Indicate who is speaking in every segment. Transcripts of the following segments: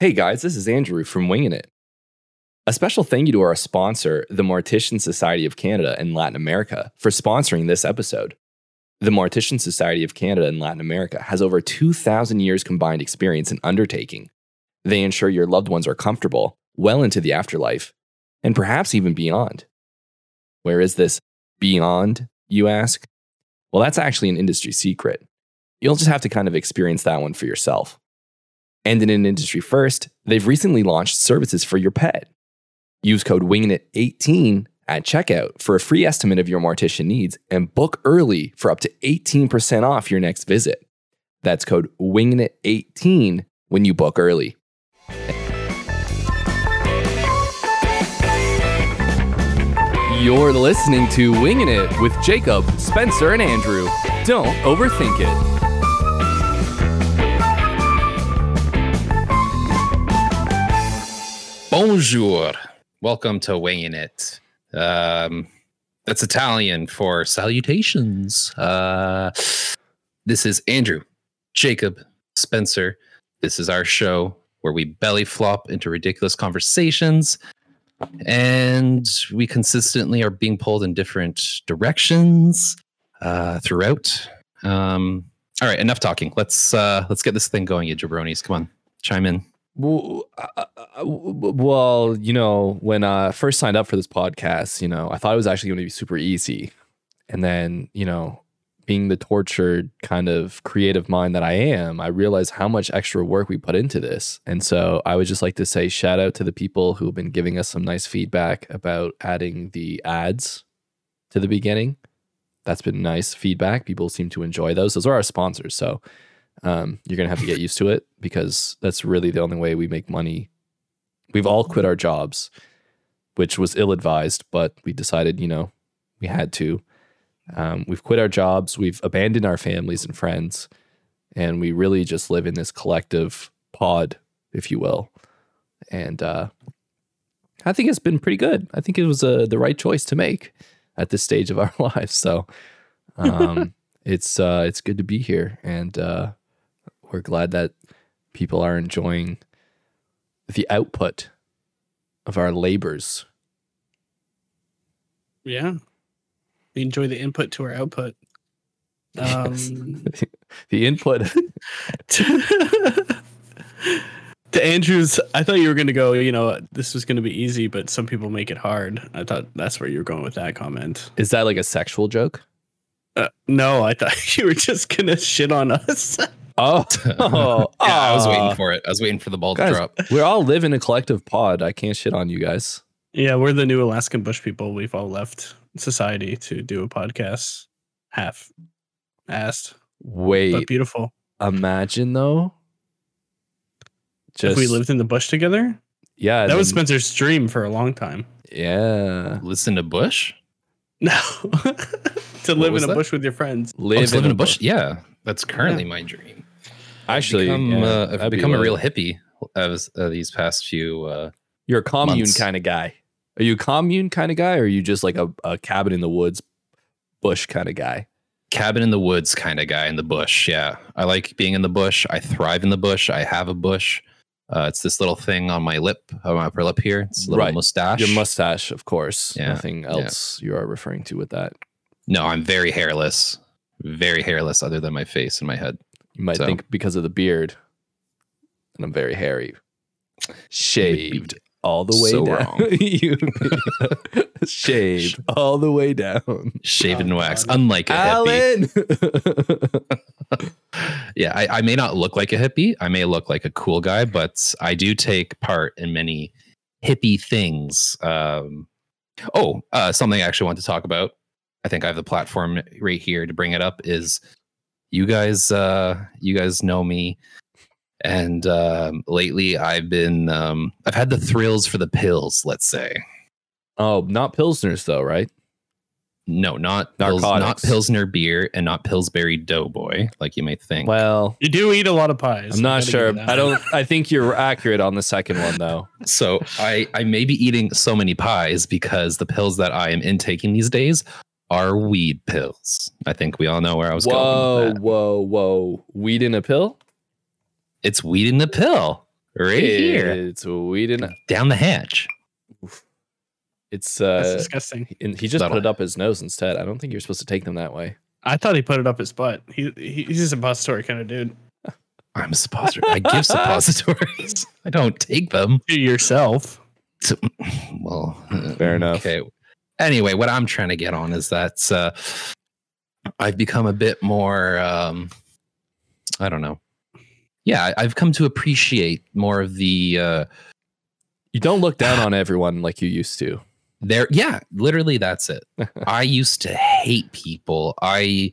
Speaker 1: Hey guys, this is Andrew from Winging It. A special thank you to our sponsor, the Mortician Society of Canada and Latin America, for sponsoring this episode. The Mortician Society of Canada and Latin America has over 2,000 years combined experience in undertaking. They ensure your loved ones are comfortable well into the afterlife and perhaps even beyond. Where is this beyond, you ask? Well, that's actually an industry secret. You'll just have to kind of experience that one for yourself. And in an industry first, they've recently launched services for your pet. Use code WINGIT18 at checkout for a free estimate of your mortician needs and book early for up to 18% off your next visit. That's code WINGIT18 when you book early. You're listening to Winging It with Jacob, Spencer, and Andrew. Don't overthink it.
Speaker 2: Bonjour. Welcome to Weighing It. Um, that's Italian for salutations. Uh, this is Andrew, Jacob, Spencer. This is our show where we belly flop into ridiculous conversations and we consistently are being pulled in different directions uh, throughout. Um, all right, enough talking. Let's uh, let's get this thing going, you jabronis. Come on, chime in.
Speaker 1: Well, uh, uh, uh, well, you know, when I first signed up for this podcast, you know, I thought it was actually going to be super easy. And then, you know, being the tortured kind of creative mind that I am, I realized how much extra work we put into this. And so I would just like to say shout out to the people who have been giving us some nice feedback about adding the ads to the beginning. That's been nice feedback. People seem to enjoy those. Those are our sponsors. So um, you're gonna have to get used to it because that's really the only way we make money. We've all quit our jobs, which was ill advised, but we decided, you know, we had to. Um, we've quit our jobs, we've abandoned our families and friends, and we really just live in this collective pod, if you will. And uh, I think it's been pretty good. I think it was uh, the right choice to make at this stage of our lives. So um, it's uh, it's good to be here, and uh, we're glad that people are enjoying the output of our labors.
Speaker 3: Yeah. We enjoy the input to our output.
Speaker 1: Yes.
Speaker 3: Um,
Speaker 1: the input.
Speaker 3: to, to Andrew's, I thought you were going to go, you know, this was going to be easy, but some people make it hard. I thought that's where you were going with that comment.
Speaker 1: Is that like a sexual joke?
Speaker 3: Uh, no, I thought you were just going to shit on us.
Speaker 1: Oh, oh,
Speaker 2: yeah, I was waiting
Speaker 1: aw.
Speaker 2: for it. I was waiting for the ball
Speaker 1: Guys,
Speaker 2: to drop.
Speaker 1: We all live in a collective pod. I can't shit on you guys.
Speaker 3: yeah, we're the new Alaskan bush people. We've all left society to do a podcast. Half assed, but
Speaker 1: Wait,
Speaker 3: beautiful.
Speaker 1: imagine though. Just
Speaker 3: if we lived in the bush together,
Speaker 1: yeah,
Speaker 3: that was
Speaker 1: then-
Speaker 3: Spencer's dream for a long time.
Speaker 1: yeah.
Speaker 2: Listen to Bush.
Speaker 3: No. to live
Speaker 2: was
Speaker 3: in a
Speaker 2: that?
Speaker 3: bush with your friends.
Speaker 2: Oh,
Speaker 1: Live,
Speaker 2: just live in a bush.
Speaker 1: bu-
Speaker 2: Yeah, that's currently my dream.
Speaker 1: Actually,
Speaker 2: become,
Speaker 1: yeah,
Speaker 2: uh, I've
Speaker 1: that'd be
Speaker 2: become a
Speaker 1: lit.
Speaker 2: real hippie as uh, these past few. Uh,
Speaker 1: You're a commune
Speaker 2: months.
Speaker 1: kind of guy. Are you a commune kind of guy, or are you just like a, a cabin in the woods, bush kind of guy?
Speaker 2: cabin in the woods kind of guy in the bush. Yeah, I like being in the bush. I thrive in the bush. I have a bush. Uh, it's this little thing on my lip, on my upper lip here. It's a little
Speaker 1: Right.
Speaker 2: mustache.
Speaker 1: Your mustache, of course.
Speaker 2: Yeah,
Speaker 1: Nothing else you are referring to with that.
Speaker 2: no, I'm very hairless. Very hairless, other than my face and my head.
Speaker 1: You might
Speaker 2: So-
Speaker 1: think because of the beard, and I'm very hairy, shaved all the way
Speaker 2: so
Speaker 1: down.
Speaker 2: wrong.
Speaker 1: You- shaved all the way down.
Speaker 2: Shaved
Speaker 3: Oh,
Speaker 2: and waxed,
Speaker 3: God.
Speaker 2: unlike a hippie.
Speaker 1: Alan.
Speaker 2: yeah, I, I may not look like a hippie. I may look like a cool guy, but I do take part in many hippie things. Um, oh, uh, something I actually want to talk about. I think I have the platform right here to bring it up. Is you guys, uh, you guys know me, and um, lately I've been, um, I've had the thrills for the pills. Let's say
Speaker 1: oh, not pilsners though, right?
Speaker 2: no, not pils- not
Speaker 1: Narcotics.
Speaker 2: Pilsner beer, and not Pillsbury Doughboy, like you may think.
Speaker 1: Well,
Speaker 3: You do eat a lot of pies.
Speaker 1: I'm not
Speaker 3: gotta give
Speaker 1: sure.
Speaker 3: you that
Speaker 1: I
Speaker 3: one.
Speaker 1: don't. I think you're accurate on the second one though.
Speaker 2: So I I may be eating so many pies because the pills that I am intaking these days are weed pills. I think we all know where I was going.
Speaker 1: whoa,
Speaker 2: With that.
Speaker 1: whoa, whoa! Weed in a pill?
Speaker 2: It's weed in the pill. right here
Speaker 1: It's Whedon.
Speaker 2: down the hatch.
Speaker 1: It's
Speaker 3: That's
Speaker 1: uh,
Speaker 3: disgusting.
Speaker 1: and he just
Speaker 2: That'll-
Speaker 1: put it up his nose instead. I don't think you're supposed to take them that way.
Speaker 3: I thought he put it up his butt. He, he he's just a suppository kind of dude.
Speaker 2: I'm a suppositor. I give suppositories. I don't take them.
Speaker 3: To yourself.
Speaker 2: So- well, uh,
Speaker 1: Fair enough.
Speaker 2: Okay. Anyway, what I'm trying to get on is that uh, I've become a bit more. Um, I don't know. Yeah, I- I've come to appreciate more of the. Uh,
Speaker 1: You don't look down on everyone like you used to.
Speaker 2: there yeah literally that's it i used to hate people i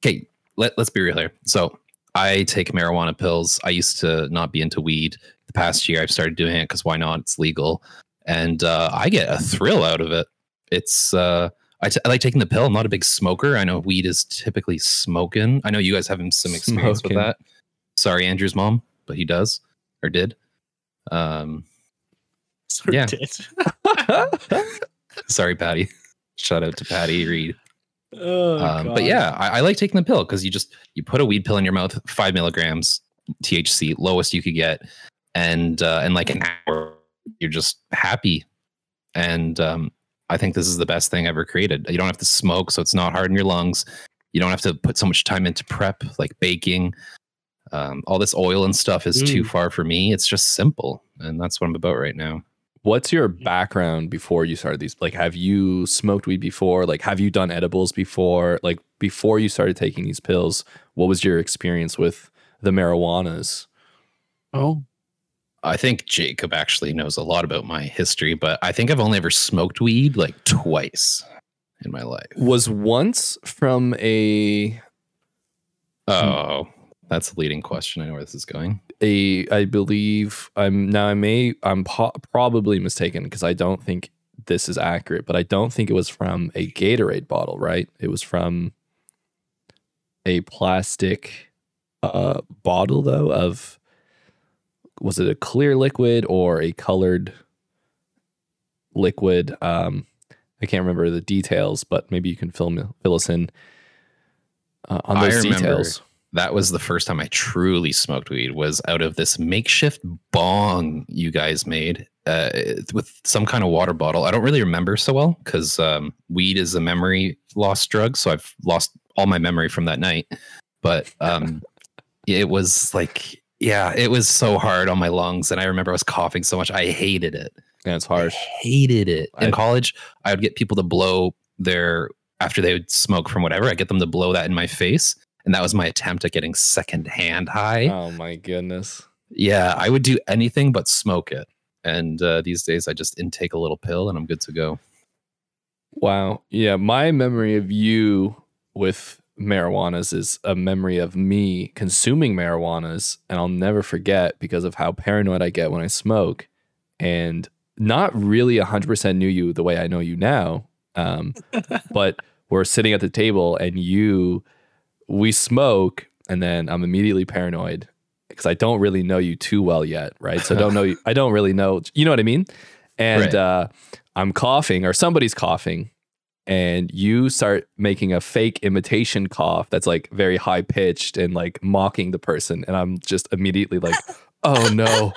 Speaker 2: okay let, let's be real here so i take marijuana pills i used to not be into weed the past year i've started doing it because why not it's legal and uh, i get a thrill out of it it's uh I, t- I like taking the pill i'm not a big smoker i know weed is typically smoking i know you guys have some experience
Speaker 1: Smoking.
Speaker 2: with that sorry andrew's mom but he does or did um
Speaker 3: Sort
Speaker 2: Yeah.
Speaker 3: did.
Speaker 2: sorry patty shout out to patty reed
Speaker 3: Oh,
Speaker 2: um,
Speaker 3: God.
Speaker 2: but yeah, I, I like taking the pill because you just you put a weed pill in your mouth, five milligrams THC, lowest you could get, and uh, in like an hour, you're just happy. And um, I think this is the best thing ever created. You don't have to smoke, so it's not hard in your lungs. You don't have to put so much time into prep, like baking. Um, all this oil and stuff is too
Speaker 3: Mm.
Speaker 2: far for me. It's just simple, and that's what I'm about right now.
Speaker 1: What's your background before you started these? Like, have you smoked weed before? Like, have you done edibles before? Like, before you started taking these pills, what was your experience with the marijuanas?
Speaker 3: Oh.
Speaker 2: I think Jacob actually knows a lot about my history, but I think I've only ever smoked weed like twice in my life.
Speaker 1: Was once from a
Speaker 2: Oh, that's a leading question. I know where this is going.
Speaker 1: a I believe I'm now I may I'm po- probably mistaken because I don't think this is accurate, but I don't think it was from a Gatorade bottle, right? It was from a plastic uh bottle though of was it a clear liquid or a colored liquid um I can't remember the details, but maybe you can fill me fill us in uh, on
Speaker 2: I
Speaker 1: those
Speaker 2: remember.
Speaker 1: details.
Speaker 2: That was the first time I truly smoked weed. Was out of this makeshift bong you guys made uh, with some kind of water bottle. I don't really remember so well because um, weed is a memory loss drug, so I've lost all my memory from that night. But um, it was like, yeah, it was so hard on my lungs, and I remember I was coughing so much. I hated it.
Speaker 1: And it's
Speaker 2: I
Speaker 1: harsh.
Speaker 2: hated it. In
Speaker 1: I-
Speaker 2: college, I would get people to blow their after they would smoke from whatever. I get them to blow that in my face, and that was my attempt at getting secondhand high.
Speaker 1: Oh my goodness.
Speaker 2: yeah, I would do anything but smoke it. And uh, these days, I just intake a little pill, and I'm good to go.
Speaker 1: Wow. Yeah. My memory of you with marijuanas is a memory of me consuming marijuanas. And I'll never forget because of how paranoid I get when I smoke and not really 100% knew you the way I know you now. Um, but we're sitting at the table and you, we smoke. And then I'm immediately paranoid because I don't really know you too well yet. Right. So I don't know. You, I don't really know. You know what I mean? And,
Speaker 2: Right.
Speaker 1: uh, I'm coughing or somebody's coughing and you start making a fake imitation cough that's like very high pitched and like mocking the person and I'm just immediately like oh no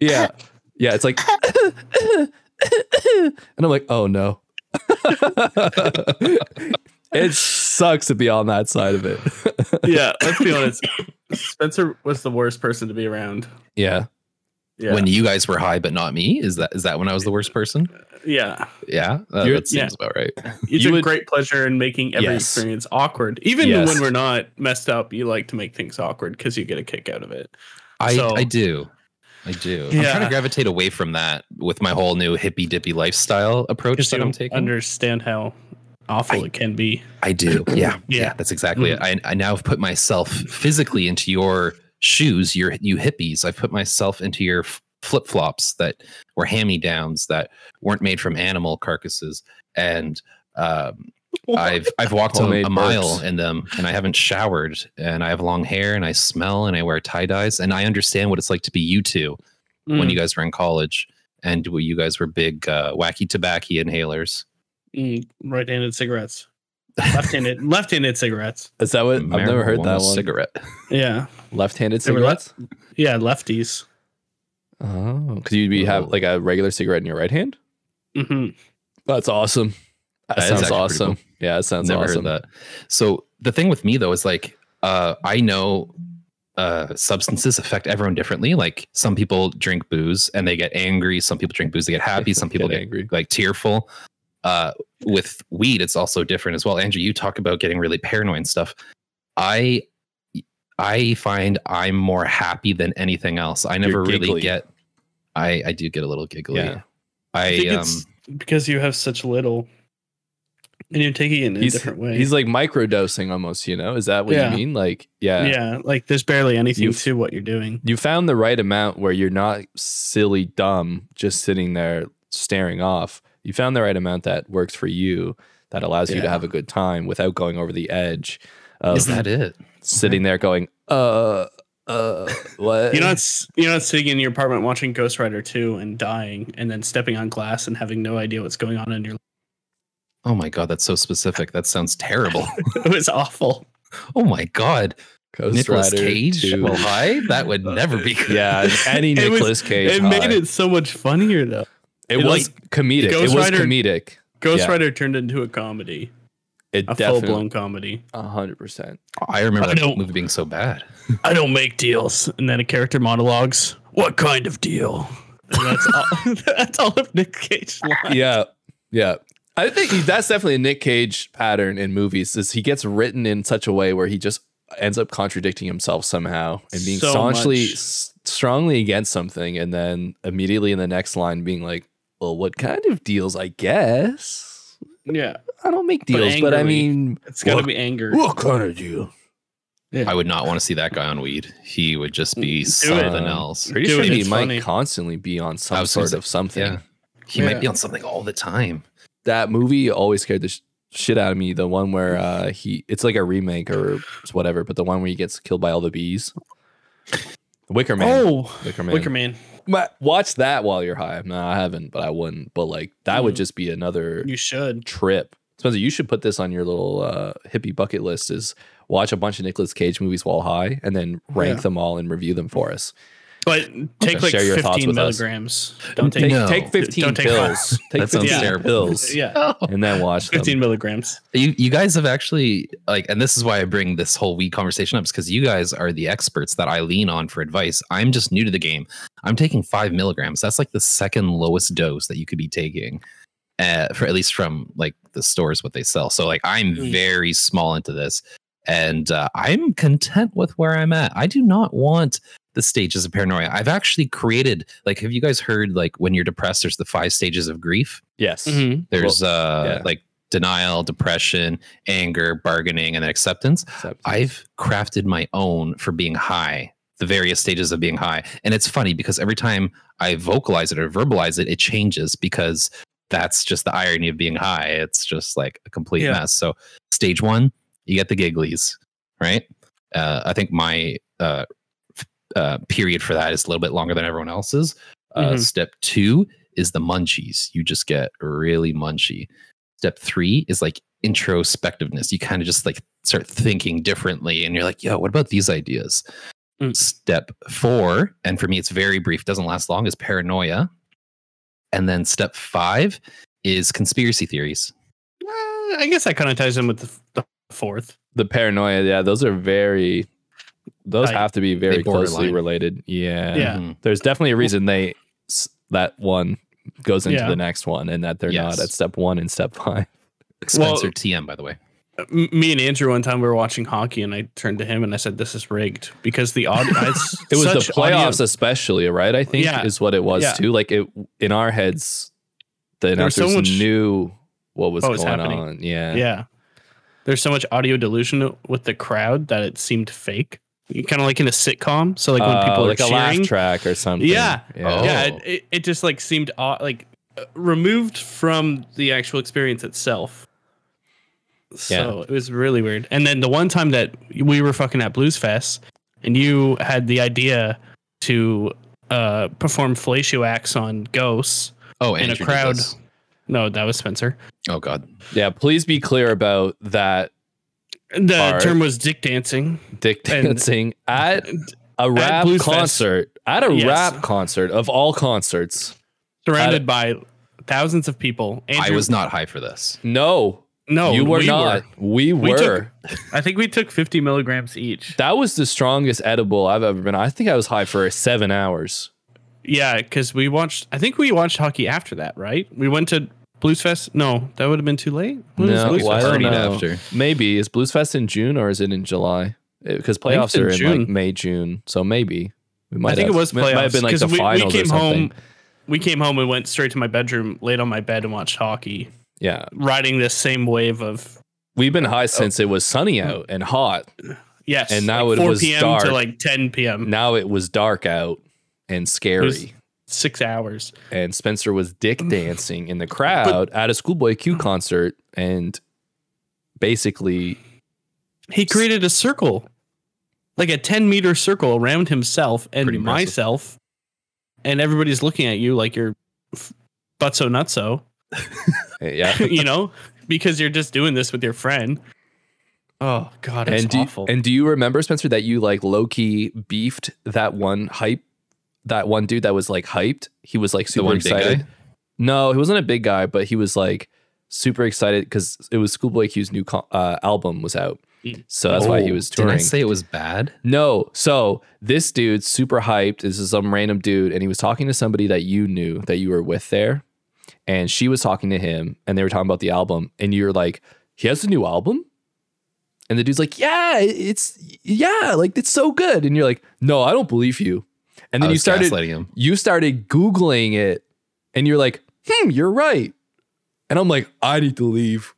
Speaker 1: yeah yeah it's like and I'm like oh no it sucks to be on that side of it
Speaker 3: yeah, let's be honest. Spencer was the worst person to be around.
Speaker 1: yeah
Speaker 3: Yeah.
Speaker 2: When you guys were high, but not me, is that is that when I was the worst person?
Speaker 3: yeah.
Speaker 2: Yeah, uh,
Speaker 1: You're-
Speaker 2: that seems
Speaker 3: yeah.
Speaker 2: about right.
Speaker 3: You,
Speaker 1: You
Speaker 3: took
Speaker 1: would-
Speaker 3: great pleasure in making every
Speaker 1: Yes.
Speaker 3: experience awkward. Even
Speaker 1: Yes.
Speaker 3: when we're not messed up, you like to make things awkward because you get a kick out of it.
Speaker 2: I
Speaker 3: So-
Speaker 2: I do. I do. I'm trying
Speaker 3: Yeah.
Speaker 2: to gravitate away from that with my whole new hippy dippy lifestyle approach
Speaker 3: Because
Speaker 2: that
Speaker 3: you
Speaker 2: I'm taking.
Speaker 3: understand how awful
Speaker 2: I-
Speaker 3: it can be.
Speaker 2: I do. Yeah.
Speaker 3: Yeah. Mm-hmm.
Speaker 2: that's exactly it. I, I now have put myself physically into your shoes, your you hippies. I've put myself into your flip flops that were hand me downs that weren't made from animal carcasses. And um, I've I've walked a,
Speaker 1: Homemade
Speaker 2: a mile
Speaker 1: burps.
Speaker 2: in them and I haven't showered and I have long hair and I smell and I wear tie dyes and I understand what it's like to be you two
Speaker 3: Mm,
Speaker 2: when
Speaker 1: Mm.
Speaker 2: you guys were in college and when you guys were big uh, wacky tobacco inhalers.
Speaker 3: mm, right-handed cigarettes, left-handed, left-handed cigarettes.
Speaker 1: is that what I've never heard that
Speaker 2: Marijuana
Speaker 1: one
Speaker 2: Cigarette.
Speaker 3: Yeah,
Speaker 1: left-handed
Speaker 3: They were
Speaker 1: cigarettes
Speaker 3: left- yeah, lefties.
Speaker 1: Oh, because you'd be have
Speaker 2: Ooh.
Speaker 1: like a regular cigarette in your right hand.
Speaker 3: hmm
Speaker 1: That's awesome. That,
Speaker 2: That is
Speaker 1: sounds
Speaker 2: actually pretty
Speaker 1: awesome. Yeah, that sounds
Speaker 2: Never
Speaker 1: awesome.
Speaker 2: heard that. So the thing with me though is like uh, I know uh, substances affect everyone differently. Like some people drink booze and they get angry. Some people drink booze, they get happy. Some people
Speaker 1: Get
Speaker 2: get,
Speaker 1: angry.
Speaker 2: like tearful. Uh, with weed, it's also different as well. Andrew, you talk about getting really paranoid and stuff. I I find I'm more happy than anything else. I never really
Speaker 1: giggly.
Speaker 2: get. I I do get a little giggly.
Speaker 1: Yeah.
Speaker 2: I,
Speaker 3: I think
Speaker 2: um.
Speaker 3: it's because you have such little, and you're taking it in
Speaker 1: He's,
Speaker 3: a different way.
Speaker 1: he's like microdosing almost, you know? Is that what
Speaker 3: Yeah.
Speaker 1: you mean? Like,
Speaker 3: yeah.
Speaker 1: yeah.
Speaker 3: like there's barely anything
Speaker 1: You've-
Speaker 3: to what you're doing.
Speaker 1: You found the right amount where you're not silly dumb just sitting there staring off. You found the right amount that works for you that allows you to
Speaker 2: Yeah.
Speaker 1: have a good time without going over the edge of
Speaker 2: Is that it?
Speaker 1: sitting there going, uh, uh, what?
Speaker 3: You're not s- you're not sitting in your apartment watching Ghost Rider two and dying, and then stepping on glass and having no idea what's going on in your. life.
Speaker 2: Oh my god, that's so specific. That sounds terrible.
Speaker 3: It was awful.
Speaker 2: Oh my god,
Speaker 1: Ghost
Speaker 2: Nicholas
Speaker 1: Rider
Speaker 2: Cage?
Speaker 1: 2.
Speaker 2: Well, hi. That would never be good.
Speaker 1: yeah, any
Speaker 3: It was-
Speaker 1: Nicholas Cage.
Speaker 3: It
Speaker 1: high.
Speaker 3: made it so much funnier though.
Speaker 1: It
Speaker 3: It
Speaker 1: was comedic.
Speaker 3: Ghost
Speaker 1: it was
Speaker 3: Rider-
Speaker 1: comedic.
Speaker 3: Ghost
Speaker 1: Yeah.
Speaker 3: Rider turned into a comedy,
Speaker 1: It
Speaker 3: a full
Speaker 1: definitely
Speaker 3: blown comedy.
Speaker 1: hundred percent.
Speaker 2: I remember
Speaker 3: I
Speaker 2: that
Speaker 3: don't-
Speaker 2: movie being so bad.
Speaker 3: I don't make deals, and then a character monologues. What kind of deal? And that's all. that's all of Nick Cage. Line.
Speaker 1: Yeah, yeah. I think he- that's definitely a Nick Cage pattern in movies. Is he gets written in such a way where he just ends up contradicting himself somehow and being
Speaker 3: So
Speaker 1: staunchly,
Speaker 3: much.
Speaker 1: s- strongly against something, and then immediately in the next line being like, "Well, what kind of deals? I guess
Speaker 3: Yeah,
Speaker 1: I don't make deals, but, I
Speaker 3: angrily.
Speaker 1: mean,
Speaker 3: it's got to
Speaker 1: What-
Speaker 3: be anger.
Speaker 1: what kind of deal?
Speaker 3: Yeah.
Speaker 2: I would not want to see that guy on weed. He would just be
Speaker 3: Do it.
Speaker 2: something else.
Speaker 1: Pretty
Speaker 3: Do
Speaker 1: sure
Speaker 3: it,
Speaker 1: he
Speaker 3: it's
Speaker 1: might
Speaker 3: funny.
Speaker 1: constantly be on
Speaker 2: I
Speaker 1: some
Speaker 2: was gonna
Speaker 1: sort
Speaker 2: say-
Speaker 1: of something.
Speaker 2: yeah. He
Speaker 3: Yeah.
Speaker 2: might be on something all the time.
Speaker 1: that movie always scared the sh- shit out of me. The one where uh, he, it's like a remake or whatever, but the one where he gets killed by all the bees. Wicker Man.
Speaker 3: Oh,
Speaker 1: Wicker Man.
Speaker 3: Wicker Man,
Speaker 1: Ma- Watch that while you're high. No, I haven't, but I wouldn't. But like that would
Speaker 3: Mhm.
Speaker 1: just be another
Speaker 3: you should.
Speaker 1: trip. Spencer, you should put this on your little uh, hippie bucket list: is watch a bunch of Nicolas Cage movies while high, and then rank
Speaker 3: Yeah.
Speaker 1: them all and review them for us.
Speaker 3: But take like
Speaker 1: Share your thoughts
Speaker 3: 15
Speaker 1: with us.
Speaker 3: milligrams. Don't take
Speaker 1: Take,
Speaker 2: No.
Speaker 1: take fifteen
Speaker 3: Don't take
Speaker 1: pills. Take
Speaker 2: That sounds
Speaker 1: fifteen
Speaker 3: terrible.
Speaker 1: pills,
Speaker 3: yeah,
Speaker 1: and then watch them.
Speaker 3: 15 milligrams.
Speaker 2: You you guys have actually like, and this is why I bring this whole weed conversation up, is because you guys are the experts that I lean on for advice. I'm just new to the game. I'm taking five milligrams. That's like the second lowest dose that you could be taking, uh, for at least from like the stores what they sell. So like, I'm
Speaker 3: Mm.
Speaker 2: very small into this, and uh, I'm content with where I'm at. I do not want the stages of paranoia. I've actually created like, have you guys heard like when you're depressed, there's the five stages of grief.
Speaker 1: Yes.
Speaker 3: Mm-hmm.
Speaker 2: There's uh
Speaker 1: yeah.
Speaker 2: like denial, depression, anger, bargaining, and then acceptance.
Speaker 1: Acceptance.
Speaker 2: I've crafted my own for being high, the various stages of being high. And it's funny because every time I vocalize it or verbalize it, it changes because that's just the irony of being high. It's just like a complete
Speaker 3: Yeah.
Speaker 2: mess. So stage one, you get the gigglies, right? Uh, I think my uh, f- uh, period for that is a little bit longer than everyone else's. Uh,
Speaker 3: Mhm.
Speaker 2: Step two is the munchies. You just get really munchy. Step three is like introspectiveness. You kind of just like start thinking differently, and you're like, "Yo, what about these ideas?"
Speaker 3: Mm.
Speaker 2: Step four, and for me, it's very brief, doesn't last long, is paranoia. And then step five is conspiracy theories.
Speaker 3: Uh, I guess that kind of ties in with the, f- the fourth.
Speaker 1: the paranoia yeah those are very those
Speaker 3: I-
Speaker 1: have to be very closely
Speaker 2: borderline.
Speaker 1: related yeah.
Speaker 3: Yeah.
Speaker 2: Mhm.
Speaker 1: there's definitely a reason they s- that one goes into
Speaker 3: Yeah.
Speaker 1: the next one and that they're
Speaker 2: Yes.
Speaker 1: not at step one and step five
Speaker 2: Mm-hmm. Spencer
Speaker 3: Well-
Speaker 2: TM, by the way.
Speaker 3: M- Me and Andrew one time we were watching hockey, and I turned to him and I said, "This is rigged," because the audience.
Speaker 1: it was the playoffs especially right i think
Speaker 3: Yeah.
Speaker 1: is what it was
Speaker 3: Yeah.
Speaker 1: too like it in our heads the
Speaker 3: There was so
Speaker 1: announcers
Speaker 3: much-
Speaker 1: knew what was
Speaker 3: what
Speaker 1: going
Speaker 3: was happening.
Speaker 1: on yeah
Speaker 3: yeah. There's so much audio delusion with the crowd that it seemed fake. Kind of like in a sitcom. So like when people
Speaker 1: Uh,
Speaker 3: are
Speaker 1: like a laugh
Speaker 3: cheering,
Speaker 1: track or something
Speaker 3: Yeah.
Speaker 1: yeah,
Speaker 2: Oh.
Speaker 3: yeah, it, it, it just like seemed odd, like uh, removed from the actual experience itself. So it was really weird. And then the one time that we were fucking at Blues Fest, and you had the idea to uh, perform fellatio acts on ghosts.
Speaker 2: Oh,
Speaker 3: In a
Speaker 2: Andrew did
Speaker 3: crowd.
Speaker 2: this.
Speaker 3: No, that was Spencer.
Speaker 2: Oh God.
Speaker 1: Yeah, please be clear about that
Speaker 3: The
Speaker 1: Alright.
Speaker 3: term was dick dancing.
Speaker 1: dick
Speaker 3: And-
Speaker 1: dancing at a rap
Speaker 3: Blues Fest.
Speaker 1: concert at a
Speaker 3: Yes.
Speaker 1: rap concert of all concerts.
Speaker 3: surrounded by thousands of people.
Speaker 2: I
Speaker 3: Andrew,
Speaker 2: was not high for this.
Speaker 1: No,
Speaker 3: No,
Speaker 1: you were
Speaker 3: Oh, we
Speaker 1: not.
Speaker 3: were.
Speaker 1: We were.
Speaker 3: We took- I think we took 50 milligrams each.
Speaker 1: that was the strongest edible I've ever been. I think I was high for seven hours.
Speaker 3: Yeah, because we watched. I think we watched hockey after that, right? We went to Bluesfest. No, that would have been too late. When was
Speaker 1: No,
Speaker 3: Blues
Speaker 1: well, I
Speaker 3: Fest?
Speaker 1: don't
Speaker 2: Partied
Speaker 1: know.
Speaker 2: after.
Speaker 1: Maybe is Blues Fest in June or is it in July? Because
Speaker 3: I think it's
Speaker 1: playoffs are in
Speaker 3: in
Speaker 1: like
Speaker 3: June.
Speaker 1: May, June, so maybe we might.
Speaker 3: I think
Speaker 1: have-
Speaker 3: it was playoffs.
Speaker 1: Might have been like
Speaker 3: 'cause
Speaker 1: the
Speaker 3: we,
Speaker 1: finals
Speaker 3: we came
Speaker 1: or something.
Speaker 3: home. We came home and went straight to my bedroom, laid on my bed, and watched hockey,
Speaker 1: Yeah,
Speaker 3: riding this same wave of
Speaker 1: we've been
Speaker 3: Oh.
Speaker 1: high since it was sunny
Speaker 3: Mm.
Speaker 1: out and hot.
Speaker 3: yes.
Speaker 1: And now
Speaker 3: like
Speaker 1: it
Speaker 3: 4
Speaker 1: was
Speaker 3: p.m.
Speaker 1: dark.
Speaker 3: to like 10 p.m.
Speaker 1: Now it was dark out and scary.
Speaker 3: was- Six hours.
Speaker 1: and Spencer was
Speaker 3: Mm.
Speaker 1: dick dancing in the crowd at a Schoolboy Q concert, and basically,
Speaker 3: He created a circle, like a 10 meter circle around himself
Speaker 2: Pretty
Speaker 3: and
Speaker 2: impressive.
Speaker 3: myself, and everybody's looking at you like you're f- butso nutso,
Speaker 1: eh, yeah.
Speaker 3: you know, because you're just doing this with your friend. Oh God, it's
Speaker 1: and do
Speaker 3: awful.
Speaker 1: and do you remember Spencer that you like low key beefed that one hype, that one dude that was like hyped? He was like super
Speaker 2: one big
Speaker 1: excited.
Speaker 2: guy?
Speaker 1: No, he wasn't a big guy, but he was like super excited because it was Schoolboy Q's new co- uh, album was out,
Speaker 3: Mm.
Speaker 1: so that's why he
Speaker 2: Oh,
Speaker 1: was touring.
Speaker 2: Did I say it was bad?
Speaker 1: No. So this dude's super hyped. This is some random dude, and he was talking to somebody that you knew that you were with there, and she was talking to him, and they were talking about the album, and you're like, he has a new album. And the dude's like, yeah, it- it's yeah, like it's so good. And you're like, no, I don't believe you. And then
Speaker 2: I
Speaker 1: you
Speaker 2: was
Speaker 1: started
Speaker 2: gaslighting him.
Speaker 1: you started googling it, and you're like, hmm, you're right. And I'm like, I need to leave.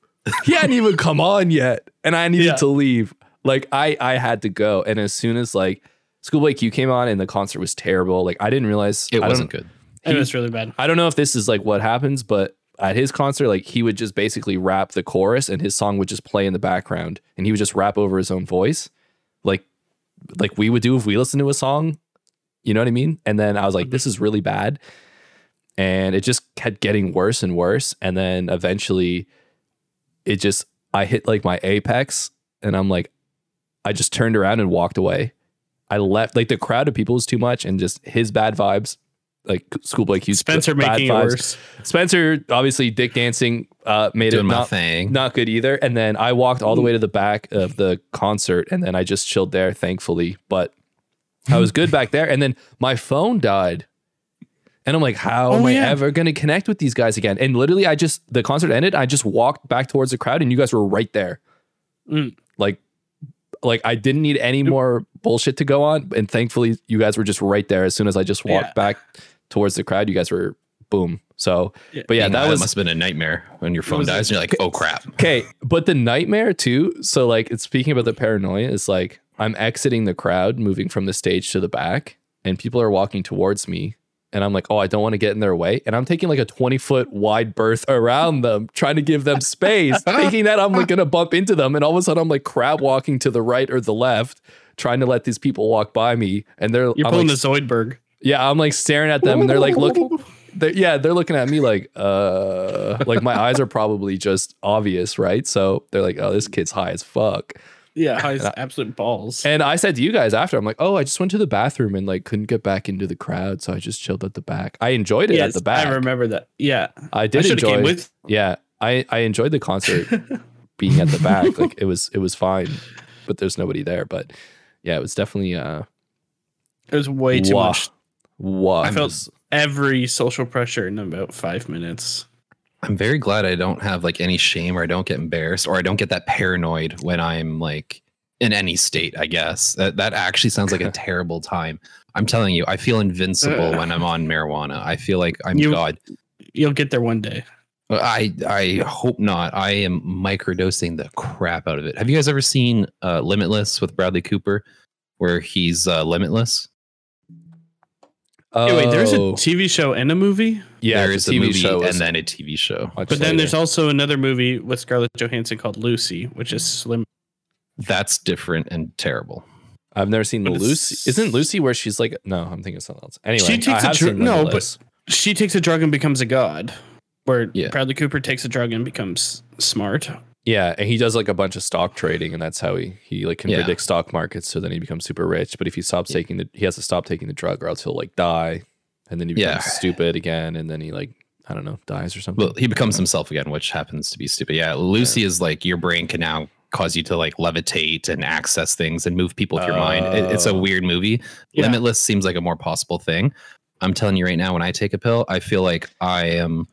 Speaker 1: He hadn't even come on yet, and I needed
Speaker 3: Yeah.
Speaker 1: to leave. Like I, I had to go. And as soon as like Schoolboy Q came on, and the concert was terrible. Like I didn't realize
Speaker 2: It
Speaker 1: I
Speaker 2: wasn't
Speaker 1: Don't,
Speaker 2: good.
Speaker 3: it was really bad.
Speaker 1: I don't know if this is like what happens, but at his concert, like he would just basically rap the chorus, and his song would just play in the background, and he would just rap over his own voice, like like we would do if we listened to a song. You know what I mean? And then I was like, this is really bad, and it just kept getting worse and worse, and then eventually, it just I hit like my apex, and I'm like, I just turned around and walked away. I left like the crowd of people was too much, and just his bad vibes, like Schoolboy Q's
Speaker 3: Spencer
Speaker 1: bad
Speaker 3: making it
Speaker 1: vibes.
Speaker 3: worse.
Speaker 1: Spencer obviously dick dancing uh, made
Speaker 2: Doing
Speaker 1: it
Speaker 2: my
Speaker 1: not,
Speaker 2: thing.
Speaker 1: not good either. And then I walked all the way to the back of the concert, and then I just chilled there, thankfully. But I was good back there, and then my phone died, and I'm like, how
Speaker 3: Oh,
Speaker 1: am I
Speaker 3: yeah.
Speaker 1: ever going to connect with these guys again? And literally, I just the concert ended. I just walked back towards the crowd, and you guys were right there.
Speaker 3: Mm.
Speaker 1: Like, like I didn't need any more bullshit to go on, and thankfully, you guys were just right there. As soon as I just walked
Speaker 3: Yeah.
Speaker 1: back towards the crowd, you guys were boom. So, but yeah,
Speaker 2: Being
Speaker 1: that
Speaker 2: high
Speaker 1: was
Speaker 2: must have been a nightmare when your phone
Speaker 3: was-
Speaker 2: dies and you're like, oh crap.
Speaker 1: Okay, but the nightmare too. So like, it's speaking about the paranoia is like I'm exiting the crowd, moving from the stage to the back, and people are walking towards me, and I'm like, oh, I don't want to get in their way, and I'm taking like a 20 foot wide berth around them, trying to give them space, thinking that I'm like gonna bump into them, and all of a sudden I'm like crab walking to the right or the left, trying to let these people walk by me, and they're
Speaker 3: You're
Speaker 1: I'm
Speaker 3: pulling
Speaker 1: like,
Speaker 3: the Zoidberg.
Speaker 1: yeah, I'm like staring at them, and they're like looking they're, yeah, they're looking at me like, uh, like my eyes are probably just obvious, right? So they're like, oh, this kid's high as fuck.
Speaker 3: Yeah, high absolute balls.
Speaker 1: And I said to you guys after, I'm like, oh, I just went to the bathroom and like couldn't get back into the crowd, so I just chilled at the back. I enjoyed it at the back.
Speaker 3: I remember that. Yeah,
Speaker 1: I did
Speaker 3: I should have
Speaker 1: enjoy.
Speaker 3: came with.
Speaker 1: yeah, I I enjoyed the concert being at the back. Like it was it was fine, but there's nobody there. But yeah, it was definitely uh,
Speaker 3: It was way too
Speaker 1: Wah.
Speaker 3: much.
Speaker 1: wow.
Speaker 3: I felt every social pressure in about five minutes.
Speaker 2: I'm very glad I don't have like any shame or I don't get embarrassed or I don't get that paranoid when I'm like in any state, I guess. That, that actually sounds like a terrible time. I'm telling you, I feel invincible when I'm on marijuana. I feel like I'm
Speaker 3: You-
Speaker 2: God.
Speaker 3: You'll get there one day.
Speaker 2: I I hope not. I am microdosing the crap out of it. Have you guys ever seen uh, Limitless with Bradley Cooper, where he's uh, limitless?
Speaker 1: Oh,
Speaker 3: Hey, wait, there's a TV show and a movie,
Speaker 1: yeah,
Speaker 2: there
Speaker 1: it's
Speaker 2: is a movie
Speaker 1: is
Speaker 2: and then a TV show.
Speaker 1: much
Speaker 3: but then
Speaker 1: later.
Speaker 3: there's also another movie with Scarlett Johansson called Lucy, which is slim.
Speaker 2: That's different and terrible.
Speaker 1: I've never seen
Speaker 3: But it's-
Speaker 1: Lucy. Isn't Lucy where she's like? No, I'm thinking of something else. Anyway,
Speaker 3: She takes
Speaker 1: I
Speaker 3: a
Speaker 1: have
Speaker 3: tr-
Speaker 1: seen
Speaker 3: no,
Speaker 1: Limitless.
Speaker 3: She takes a drug and becomes a god, where
Speaker 2: Yeah.
Speaker 3: Bradley Cooper takes a drug and becomes smart.
Speaker 1: Yeah, and he does like a bunch of stock trading, and that's how he he like can
Speaker 2: Yeah.
Speaker 1: predict stock markets. So then he becomes super rich. But if he stops taking the, he has to stop taking the drug, or else he'll like die, and then he becomes
Speaker 2: Yeah.
Speaker 1: stupid again, and then he like I don't know dies or something.
Speaker 2: Well, he becomes himself again, which happens to be stupid. Yeah, Lucy is like your brain can now cause you to like levitate and access things and move people with your mind. It- it's a
Speaker 1: Oh.
Speaker 2: weird movie.
Speaker 3: Yeah.
Speaker 2: Limitless seems like a more possible thing. I'm telling you right now, when I take a pill, I feel like I am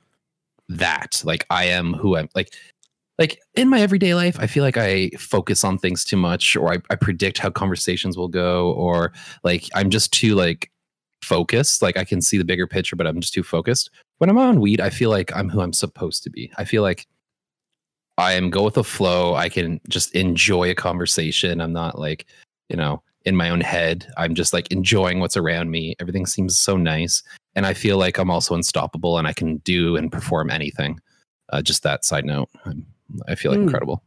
Speaker 2: that. Like I am who I'm. Like, like in my everyday life, I feel like I focus on things too much, or I, I predict how conversations will go, or like I'm just too like focused. Like I can see the bigger picture, but I'm just too focused. When I'm on weed, I feel like I'm who I'm supposed to be. I feel like I am go with the flow. I can just enjoy a conversation. I'm not like, you know, in my own head. I'm just like enjoying what's around me. Everything seems so nice. And I feel like I'm also unstoppable and I can do and perform anything. Uh, just that side note. I'm, I feel
Speaker 3: Hmm.
Speaker 2: incredible.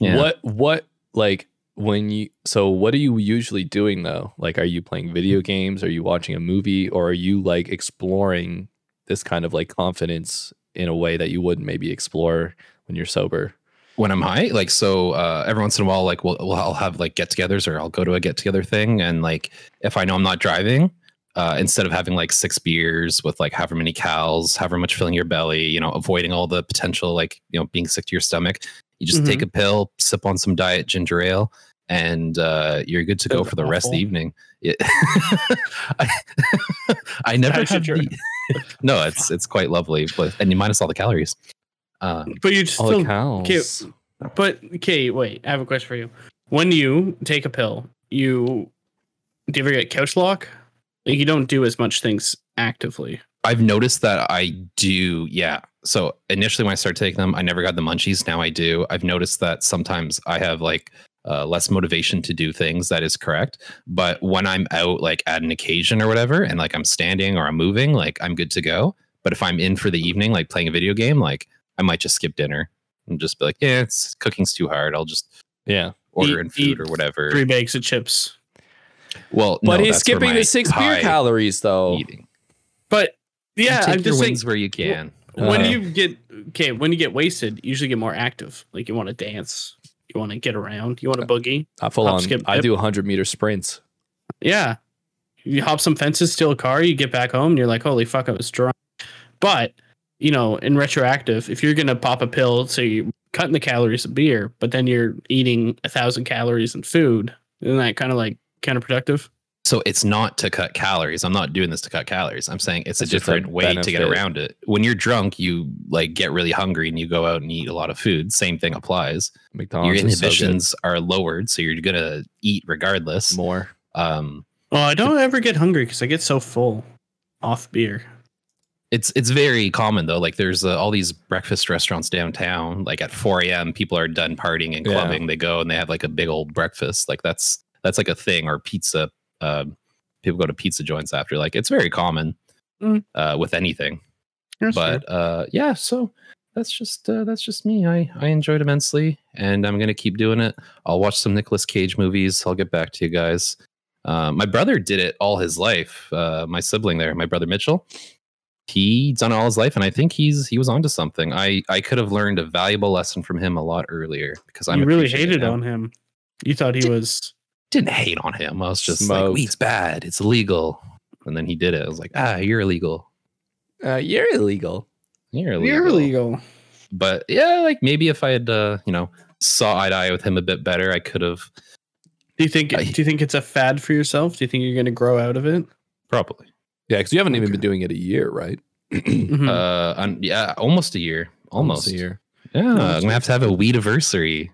Speaker 2: Yeah.
Speaker 1: What what like when you so what are you usually doing though? Like are you playing video games? Are you watching a movie? Or are you like exploring this kind of like confidence in a way that you wouldn't maybe explore when you're sober?
Speaker 2: when I'm high, like so uh, every once in a while, like we'll, we'll I'll have like get-togethers or I'll go to a get-together thing, and like if I know I'm not driving, uh, instead of having like six beers with like however many cals, however much filling your belly, you know, avoiding all the potential like you know being sick to your stomach, you just take a pill, sip on some diet ginger ale, and uh, you're good to go
Speaker 3: Sounds
Speaker 2: for the rest of the
Speaker 3: awful.
Speaker 2: evening. It- I, I never
Speaker 3: Diet
Speaker 2: have
Speaker 3: ginger
Speaker 2: the- no, it's it's quite lovely, but and you minus all the calories. Uh,
Speaker 3: But you just
Speaker 1: Holy
Speaker 3: still
Speaker 1: cows.
Speaker 3: cute. But okay, wait. I have a question for you. When you take a pill, you do you ever get couch lock? Like you don't do as much things actively.
Speaker 2: I've noticed that I do, yeah. So initially when I started taking them, I never got the munchies. Now I do. I've noticed that sometimes I have like uh, less motivation to do things. That is correct. But when I'm out, like at an occasion or whatever, and like I'm standing or I'm moving, like I'm good to go. But if I'm in for the evening, like playing a video game, like I might just skip dinner and just be like, yeah, it's cooking's too hard. I'll just
Speaker 1: Yeah.
Speaker 2: order
Speaker 3: Eat-
Speaker 2: in food
Speaker 3: eat
Speaker 2: or whatever.
Speaker 3: Three bags of chips.
Speaker 2: Well,
Speaker 1: But
Speaker 2: no,
Speaker 1: he's
Speaker 2: that's for
Speaker 1: skipping
Speaker 2: my
Speaker 1: the six beer
Speaker 2: pie
Speaker 1: calories though.
Speaker 2: Eating.
Speaker 3: But yeah,
Speaker 2: You take
Speaker 3: I'm
Speaker 2: your
Speaker 3: just saying
Speaker 2: wins where you can.
Speaker 3: when
Speaker 1: Uh,
Speaker 3: you get okay, when you get wasted, you usually get more active. Like you want to dance, you want to get around, you want to boogie.
Speaker 1: I Uh, full
Speaker 3: Hop,
Speaker 1: on
Speaker 3: skip,
Speaker 1: I
Speaker 3: dip.
Speaker 1: do hundred meter sprints.
Speaker 3: Yeah. You hop some fences, steal a car, you get back home, and you're like, holy fuck, I was drunk. But, you know, in retroactive, if you're going to pop a pill, so you're cutting the calories of beer, but then you're eating a thousand calories in food, isn't that kind of like counterproductive?
Speaker 2: So it's not to cut calories. I'm not doing this to cut calories. I'm saying it's
Speaker 1: It's
Speaker 2: a
Speaker 1: just a
Speaker 2: different way to get
Speaker 1: benefit.
Speaker 2: around it. When you're drunk, you like get really hungry and you go out and eat a lot of food. Same thing applies.
Speaker 1: McDonald's.
Speaker 2: Your
Speaker 1: is Oh, so good.
Speaker 2: inhibitions are lowered, so you're gonna eat regardless.
Speaker 1: more.
Speaker 2: Um,
Speaker 3: Well, I don't ever get hungry because I get so full off beer.
Speaker 2: it's it's very common though. Like there's uh, all these breakfast restaurants downtown. Like at 4 a.m., people are done partying and
Speaker 1: Yeah.
Speaker 2: clubbing. They go and they have like a big old breakfast. Like that's that's like a thing. Or pizza. Um, people go to pizza joints after. Like it's very common
Speaker 3: Mm.
Speaker 2: uh, with anything. but uh yeah so that's just uh, that's just me i i enjoyed immensely and i'm gonna keep doing it i'll watch some Nicolas cage movies i'll get back to you guys uh, my brother did it all his life uh my sibling there my brother mitchell he's done it all his life and i think he's he was onto something i i could have learned a valuable lesson from him a lot earlier because i'm
Speaker 3: you really
Speaker 2: appreciating it
Speaker 3: hated
Speaker 2: now.
Speaker 3: on him. You thought he was.
Speaker 2: didn't hate on him i was just like
Speaker 1: Smoked.
Speaker 2: weed's bad it's illegal and then he did it i was like ah you're illegal
Speaker 1: Uh, you're illegal.
Speaker 2: you're illegal
Speaker 3: You're illegal.
Speaker 2: but yeah, like maybe if I had uh, you know saw eye to eye with him a bit better, I could have
Speaker 3: Do you think?
Speaker 2: I-
Speaker 3: do you think it's a fad for yourself? Do you think you're going to grow out of it?
Speaker 2: probably
Speaker 1: Yeah, because you
Speaker 2: Oh,
Speaker 1: haven't even
Speaker 3: Okay.
Speaker 1: been doing it a year, right?
Speaker 3: Mhm.
Speaker 2: uh un- yeah almost a year almost,
Speaker 1: Hmm. a year.
Speaker 2: yeah
Speaker 3: Almost
Speaker 2: I'm gonna have to have a weed anniversary.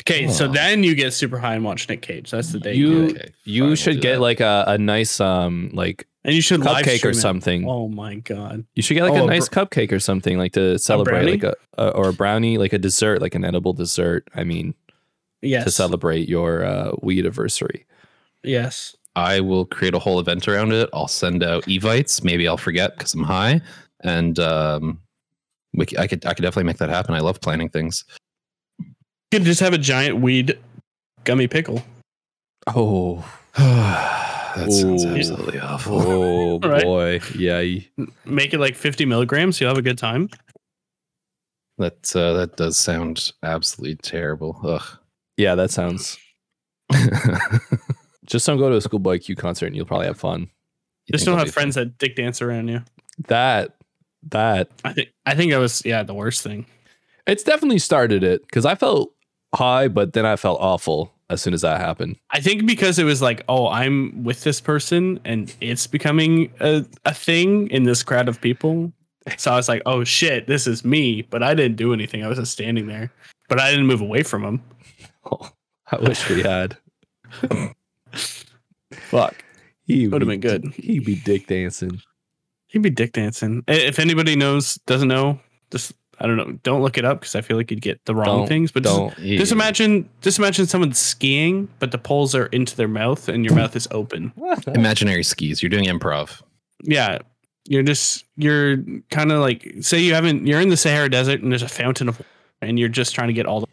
Speaker 3: Okay,
Speaker 2: Oh.
Speaker 3: so then you get super high and watch Nick Cage. That's the day
Speaker 1: You-
Speaker 3: you, do it.
Speaker 1: You should get like a, a nice um like
Speaker 3: and you should live
Speaker 1: cupcake
Speaker 3: stream
Speaker 1: or
Speaker 3: it.
Speaker 1: something.
Speaker 3: Oh my god!
Speaker 1: You should get like
Speaker 3: Oh,
Speaker 1: a
Speaker 3: a
Speaker 1: nice cupcake or something like to celebrate,
Speaker 3: brownie?
Speaker 1: like a, a or a brownie, like a dessert, like an edible dessert. I mean,
Speaker 3: Yes,
Speaker 1: to celebrate your uh, weed anniversary.
Speaker 3: yes.
Speaker 2: I will create a whole event around it. I'll send out evites. Maybe I'll forget because I'm high, and um, we c- I could I could definitely make that happen. I love planning things.
Speaker 3: You could just have a giant weed gummy pickle.
Speaker 1: Oh,
Speaker 2: that sounds
Speaker 1: Ooh.
Speaker 2: absolutely awful.
Speaker 1: oh
Speaker 3: All right.
Speaker 1: boy, yeah.
Speaker 3: Make it like fifty milligrams. You'll have a good time.
Speaker 2: That uh, that does sound absolutely terrible.
Speaker 1: Yeah, that sounds.
Speaker 2: Ugh.
Speaker 1: Just don't go to a Schoolboy Q concert and you'll probably have fun.
Speaker 3: Just don't have friends that dick dance around you.
Speaker 1: That that
Speaker 3: I think I think that was yeah the worst thing.
Speaker 1: it's definitely started it because I felt high, but then I felt awful as soon as that happened.
Speaker 3: I think because it was like, oh, I'm with this person and it's becoming a, a thing in this crowd of people. So I was like, oh shit, this is me. But I didn't do anything. I was just standing there, but I didn't move away from him.
Speaker 1: Oh, I wish we had. Fuck. He
Speaker 3: Would've
Speaker 1: be-
Speaker 3: been good.
Speaker 1: He'd be dick dancing.
Speaker 3: He'd be dick dancing. I- If anybody knows, doesn't know, just I don't know. Don't look it up because I feel like you'd get the wrong
Speaker 1: Don't-
Speaker 3: things. But just-
Speaker 1: Don't.
Speaker 3: Just, imagine, just imagine someone skiing, but the poles are into their mouth and your mouth is open.
Speaker 2: imaginary skis. You're doing improv.
Speaker 3: yeah you're just you're kind of like say you haven't you're in the sahara desert and there's a fountain of water and you're just trying to get all the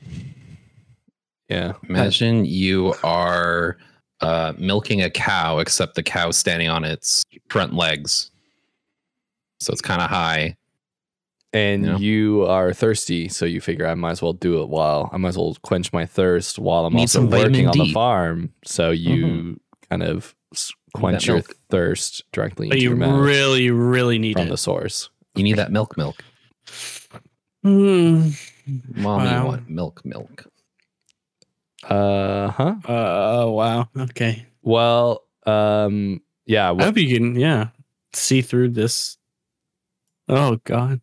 Speaker 1: yeah.
Speaker 2: Imagine you are uh, milking a cow, except the cow's standing on its front legs, so it's kind of high.
Speaker 1: And
Speaker 2: Yeah.
Speaker 1: you are thirsty, so you figure I might as well do it while I might as well quench my thirst while I'm
Speaker 2: Need
Speaker 1: also
Speaker 2: some vitamin
Speaker 1: working on the
Speaker 2: D.
Speaker 1: farm. So you kind of s- quench
Speaker 2: that
Speaker 1: your
Speaker 2: milk.
Speaker 1: thirst directly
Speaker 3: but
Speaker 1: into
Speaker 3: you
Speaker 1: your mouth
Speaker 3: really really need
Speaker 1: from
Speaker 3: it
Speaker 1: the source.
Speaker 2: You need that milk, milk.
Speaker 3: Hmm.
Speaker 2: Mommy
Speaker 3: Wow.
Speaker 2: want milk, milk.
Speaker 1: Uh huh.
Speaker 3: uh wow okay
Speaker 1: Well, um, yeah.
Speaker 3: i
Speaker 1: wh-
Speaker 3: hope you can yeah see through this oh god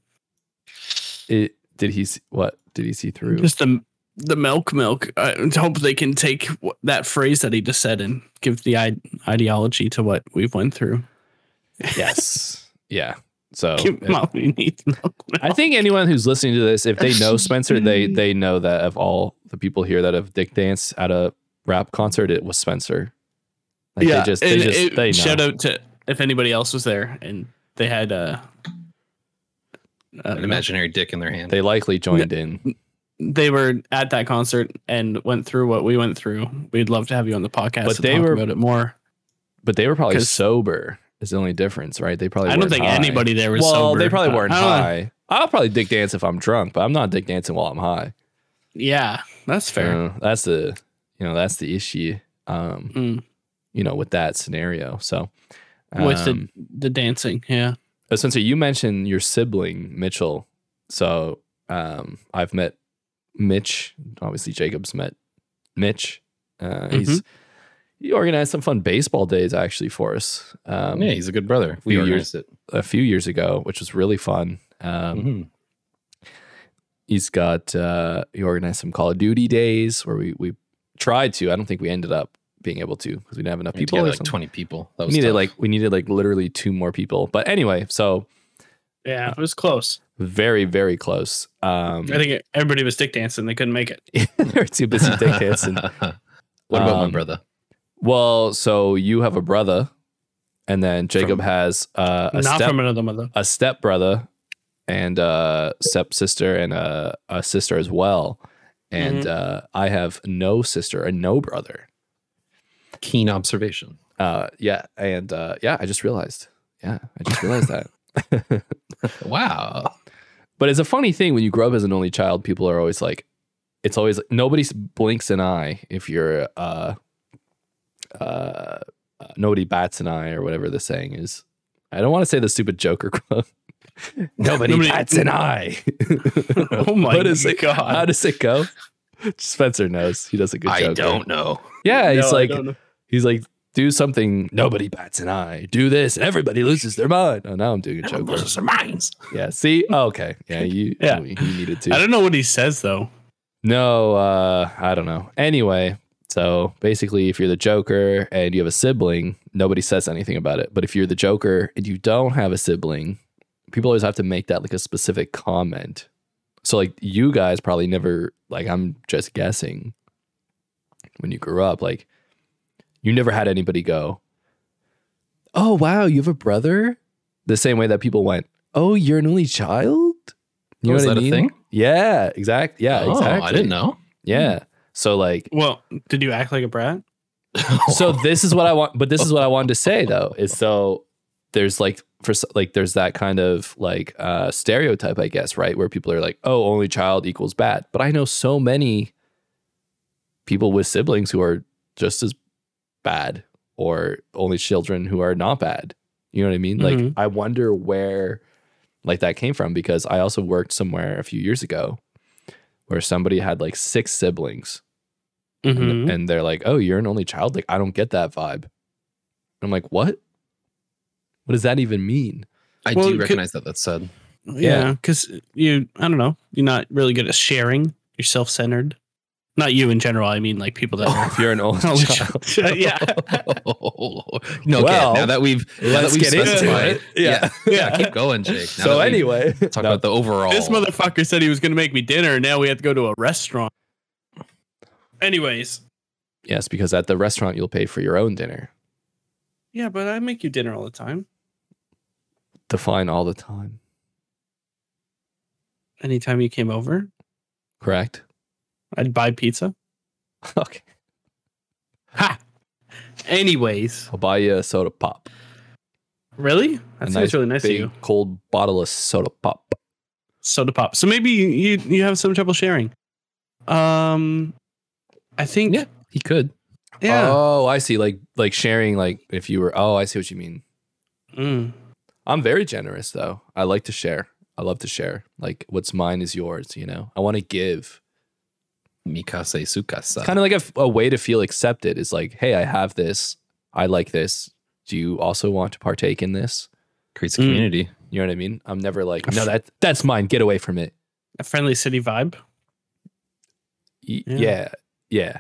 Speaker 1: it, did he? See, what did he see through?
Speaker 3: just the the milk milk i hope they can take wh- that phrase that he just said and give the I- ideology to what we've went through
Speaker 1: yes. Oh, Yeah. So
Speaker 3: Give mommy needs milk, milk.
Speaker 1: I think anyone who's listening to this, if they know Spencer, they they know that of all the people here that have dick danced at a rap concert, it was Spencer. Like they just they
Speaker 3: and
Speaker 1: just
Speaker 3: it-
Speaker 1: they know.
Speaker 3: shout out to if anybody else was there and they had uh, uh
Speaker 2: An imaginary dick in their hand.
Speaker 1: They likely joined in.
Speaker 3: they were at that concert and went through what we went through. We'd love to have you on the podcast
Speaker 1: But
Speaker 3: to
Speaker 1: they
Speaker 3: talk
Speaker 1: were-
Speaker 3: about it more.
Speaker 1: But they were probably
Speaker 3: 'Cause-
Speaker 1: sober is the only difference, right? They probably
Speaker 3: I don't
Speaker 1: weren't
Speaker 3: think
Speaker 1: high.
Speaker 3: anybody there was
Speaker 1: Well,
Speaker 3: sober.
Speaker 1: they probably
Speaker 3: Uh,
Speaker 1: weren't
Speaker 3: I don't know.
Speaker 1: high. I'll probably dick dance if I'm drunk, but I'm not dick dancing while I'm high.
Speaker 3: Yeah, that's fair.
Speaker 1: So that's the you know, that's the issue. Um
Speaker 3: Mm,
Speaker 1: you know, with that scenario. So,
Speaker 3: with
Speaker 1: um,
Speaker 3: the, the dancing, yeah.
Speaker 1: but Spencer, Uh, you mentioned your sibling Mitchell. So, um, I've met Mitch. Obviously, Jacob's met Mitch. Uh, He's
Speaker 2: Mm-hmm.
Speaker 1: he organized some fun baseball days actually for us um,
Speaker 2: yeah, he's a good brother. We
Speaker 1: few
Speaker 2: organized it.
Speaker 1: a few years ago, which was really fun. Um,
Speaker 2: Mhm.
Speaker 1: He's got uh, he organized some Call of Duty days where we we tried to. I don't think we ended up being able to because we didn't have enough
Speaker 2: We had
Speaker 1: people.
Speaker 2: together
Speaker 1: or
Speaker 2: like
Speaker 1: something.
Speaker 2: twenty people. That
Speaker 1: we
Speaker 2: was
Speaker 1: needed
Speaker 2: tough.
Speaker 1: like we needed like literally two more people. But anyway, so
Speaker 3: Yeah, it was close.
Speaker 1: very very close. Um,
Speaker 3: I think everybody was dick dancing. They couldn't make it.
Speaker 1: they were too busy dick dancing.
Speaker 2: what about my
Speaker 1: Um,
Speaker 2: brother?
Speaker 1: Well, so you have a brother, and then Jacob
Speaker 2: From-
Speaker 1: has uh, a
Speaker 3: Not
Speaker 1: step
Speaker 3: from another mother.
Speaker 1: a step brother, and a step sister, and a, a sister as well. And
Speaker 3: Mm-hmm.
Speaker 1: uh, I have no sister and no brother.
Speaker 2: Keen observation.
Speaker 1: Uh, yeah, and uh, yeah, I just realized. Yeah, I just realized that.
Speaker 2: Wow.
Speaker 1: But it's a funny thing when you grow up as an only child, people are always like, it's always nobody blinks an eye if you're uh, uh, nobody bats an eye or whatever the saying is. I don't want to say the stupid Joker quote. nobody,
Speaker 3: Nobody-
Speaker 1: bats an eye.
Speaker 3: Oh my
Speaker 1: What is it?
Speaker 3: god!
Speaker 1: How does it go? Spencer knows. He does a good job.
Speaker 2: I don't know.
Speaker 1: Yeah, he's
Speaker 3: No, I
Speaker 1: like
Speaker 3: don't know.
Speaker 1: he's like do something. Nobody bats an eye. Do this, and everybody loses their mind. Oh, now I'm doing a Joker.
Speaker 2: Those are mines.
Speaker 1: Yeah. See. Oh, okay. Yeah. You.
Speaker 3: Yeah.
Speaker 1: You needed to.
Speaker 3: I don't know what he says though.
Speaker 1: No, uh, I don't know. Anyway, so basically, if you're the Joker and you have a sibling, nobody says anything about it. But if you're the Joker and you don't have a sibling, people always have to make that like a specific comment. So, like, you guys probably never, like, I'm just guessing when you grew up, like, you never had anybody go, Oh, wow, you have a brother? The same way that people went, Oh, you're an only child? You
Speaker 2: Oh, is that a thing?
Speaker 1: Yeah, exactly. Yeah,
Speaker 2: oh,
Speaker 1: exactly.
Speaker 2: I didn't know.
Speaker 1: Yeah. So like
Speaker 3: Well, did you act like a brat?
Speaker 1: so this is what I want but this is what I wanted to say though is so there's like for s- like there's that kind of like uh stereotype i guess right where people are like oh only child equals bad but i know so many people with siblings who are just as bad or only children who are not bad you know what i mean like
Speaker 3: Mhm.
Speaker 1: i wonder where like that came from because i also worked somewhere a few years ago where somebody had like six siblings
Speaker 3: Mhm.
Speaker 2: Mm-hmm.
Speaker 1: and, and they're like, "Oh, you're an only child." Like, I don't get that vibe. And I'm like, "What? What does that even mean?"
Speaker 2: I
Speaker 3: Well,
Speaker 2: do
Speaker 3: could-
Speaker 2: recognize that that's said.
Speaker 3: yeah, because you, I don't know, you're not really good at sharing. You're self centered. Not you in general. I mean, like people that are
Speaker 1: if you're an only
Speaker 3: only
Speaker 1: child,
Speaker 3: child. yeah.
Speaker 2: no,
Speaker 1: Well,
Speaker 2: okay, now that we've now that
Speaker 1: let's
Speaker 2: we've
Speaker 1: get into
Speaker 2: specified,
Speaker 1: it. Yeah.
Speaker 2: yeah,
Speaker 3: Yeah.
Speaker 2: keep going, Jake. Now
Speaker 1: so
Speaker 2: that we
Speaker 1: anyway,
Speaker 2: talk
Speaker 1: No,
Speaker 2: about the overall.
Speaker 3: This motherfucker said he was going to make me dinner. and Now we have to go to a restaurant. Anyways.
Speaker 1: yes, because at the restaurant you'll pay for your own dinner.
Speaker 3: Yeah, but I make you dinner all the time.
Speaker 1: Define all the time,
Speaker 3: Anytime you came over,
Speaker 1: correct?
Speaker 3: I'd buy pizza.
Speaker 1: okay,
Speaker 3: Ha! Anyways.
Speaker 1: I'll buy you a soda pop,
Speaker 3: Really? That
Speaker 1: A
Speaker 3: seems
Speaker 1: nice
Speaker 3: really nice of
Speaker 1: big
Speaker 3: you.
Speaker 1: cold bottle of soda pop.
Speaker 3: Soda pop. So maybe you, you you have some trouble sharing. Um I think
Speaker 2: Yeah. he could.
Speaker 3: yeah.
Speaker 1: Oh, I see. Like like sharing. Like if you were. Oh, I see what you mean.
Speaker 3: Mm.
Speaker 1: I'm very generous though. I like to share. I love to share. Like what's mine is yours. You know. I want to give.
Speaker 2: Mikase
Speaker 1: It's
Speaker 2: Sukasa.
Speaker 1: kind of like a, f- a way to feel accepted. Is like, hey, I have this. I like this. Do you also want to partake in this?
Speaker 2: creates a
Speaker 1: Hmm.
Speaker 3: Mm.
Speaker 2: community.
Speaker 1: You know what I mean? I'm never like,
Speaker 3: A
Speaker 1: no,
Speaker 3: f-
Speaker 1: that that's mine. Get away from it.
Speaker 3: A friendly city vibe.
Speaker 1: Y- yeah.
Speaker 3: Yeah.
Speaker 1: yeah,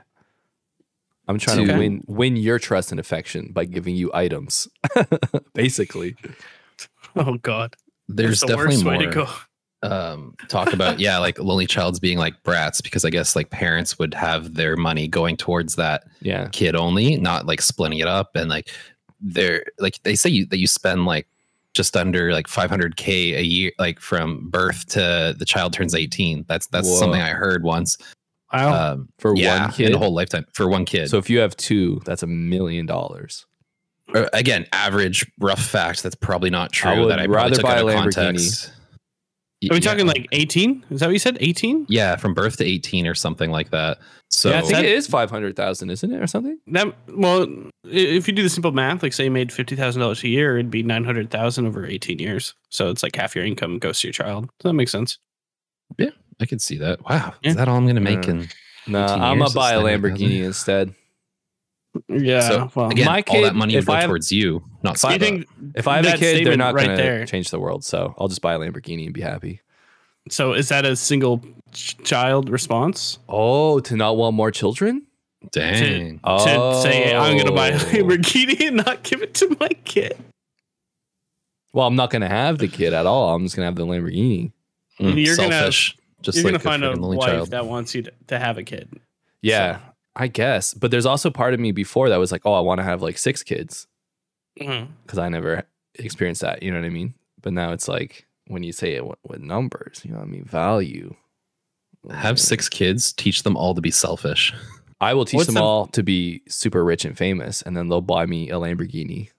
Speaker 1: I'm trying to
Speaker 2: Okay.
Speaker 1: win win your trust and affection by giving you items, basically.
Speaker 3: Oh god.
Speaker 2: There's
Speaker 3: That's
Speaker 2: definitely more
Speaker 3: way to go.
Speaker 2: um talk about yeah, like lonely childs being like brats because I guess like parents would have their money going towards that
Speaker 1: Yeah,
Speaker 2: kid only, not like splitting it up and like they're like they say you that you spend like just under like 500k a year like from birth to the child turns 18 that's that's
Speaker 1: Whoa. Oh.
Speaker 2: something i heard once
Speaker 3: Wow.
Speaker 2: um
Speaker 1: for
Speaker 2: yeah,
Speaker 1: one kid.
Speaker 2: in a whole lifetime for one kid
Speaker 1: so if you have two, that's a million dollars.
Speaker 2: Uh, again, average rough fact that's probably not true.
Speaker 1: I would
Speaker 2: that I
Speaker 1: rather
Speaker 2: probably took
Speaker 1: buy a
Speaker 2: out of
Speaker 1: Lamborghini.
Speaker 2: context. Y-
Speaker 3: Are
Speaker 2: yeah.
Speaker 3: we talking like 18? Is that what you said? 18?
Speaker 2: yeah, from birth to eighteen or something like that? So
Speaker 3: Yeah,
Speaker 1: I think
Speaker 3: that-
Speaker 1: it is five hundred thousand, isn't it, or something?
Speaker 3: That well, i- if you do the simple math, like say you made fifty thousand dollars a year, it'd be nine hundred thousand over eighteen years. So it's like half your income goes to your child. So that makes sense.
Speaker 2: I could see that. Wow,
Speaker 3: Yeah.
Speaker 2: is that all I'm gonna make?
Speaker 1: Yeah.
Speaker 2: in
Speaker 1: No, I'm
Speaker 2: 18 years,
Speaker 1: gonna
Speaker 2: it's
Speaker 1: buy a
Speaker 2: 900,000.
Speaker 1: Lamborghini instead.
Speaker 3: Yeah.
Speaker 2: So,
Speaker 3: well,
Speaker 2: again, uh,
Speaker 1: my
Speaker 2: all
Speaker 1: kid,
Speaker 2: that money
Speaker 1: if
Speaker 2: would go
Speaker 1: I have-
Speaker 2: towards you, not
Speaker 1: If I
Speaker 3: you
Speaker 2: Saba.
Speaker 3: think
Speaker 1: If I have a
Speaker 3: That
Speaker 1: kid, they're
Speaker 3: statement
Speaker 1: not
Speaker 3: right
Speaker 1: gonna
Speaker 3: there.
Speaker 1: change the world. So I'll just buy a Lamborghini and be happy.
Speaker 3: so? Is that a single ch- child response
Speaker 1: Oh, to not want more children?
Speaker 2: Dang,
Speaker 1: Oh.
Speaker 3: to say I'm going to
Speaker 2: Oh.
Speaker 3: buy a Lamborghini and not give it to my kid?
Speaker 1: Well, I'm not gonna have the kid at all. I'm just gonna have the Lamborghini.
Speaker 2: Mm,
Speaker 3: You're gonna-
Speaker 2: selfish. just
Speaker 3: You're
Speaker 2: like
Speaker 3: going to find a
Speaker 2: freaking lonely
Speaker 3: wife
Speaker 2: child.
Speaker 3: that wants you to, to have a kid.
Speaker 1: Yeah, I guess. But there's also part of me before that was like, oh, I want to have like six kids
Speaker 3: Mm-hmm.
Speaker 1: because I never experienced that. You know what I mean? But now it's like when you say it with, with numbers, you know what I mean? Value.
Speaker 2: have six kids, teach them all to be selfish.
Speaker 1: I will teach
Speaker 3: What's
Speaker 1: them
Speaker 3: the-
Speaker 1: all to be super rich and famous, and then they'll buy me a Lamborghini.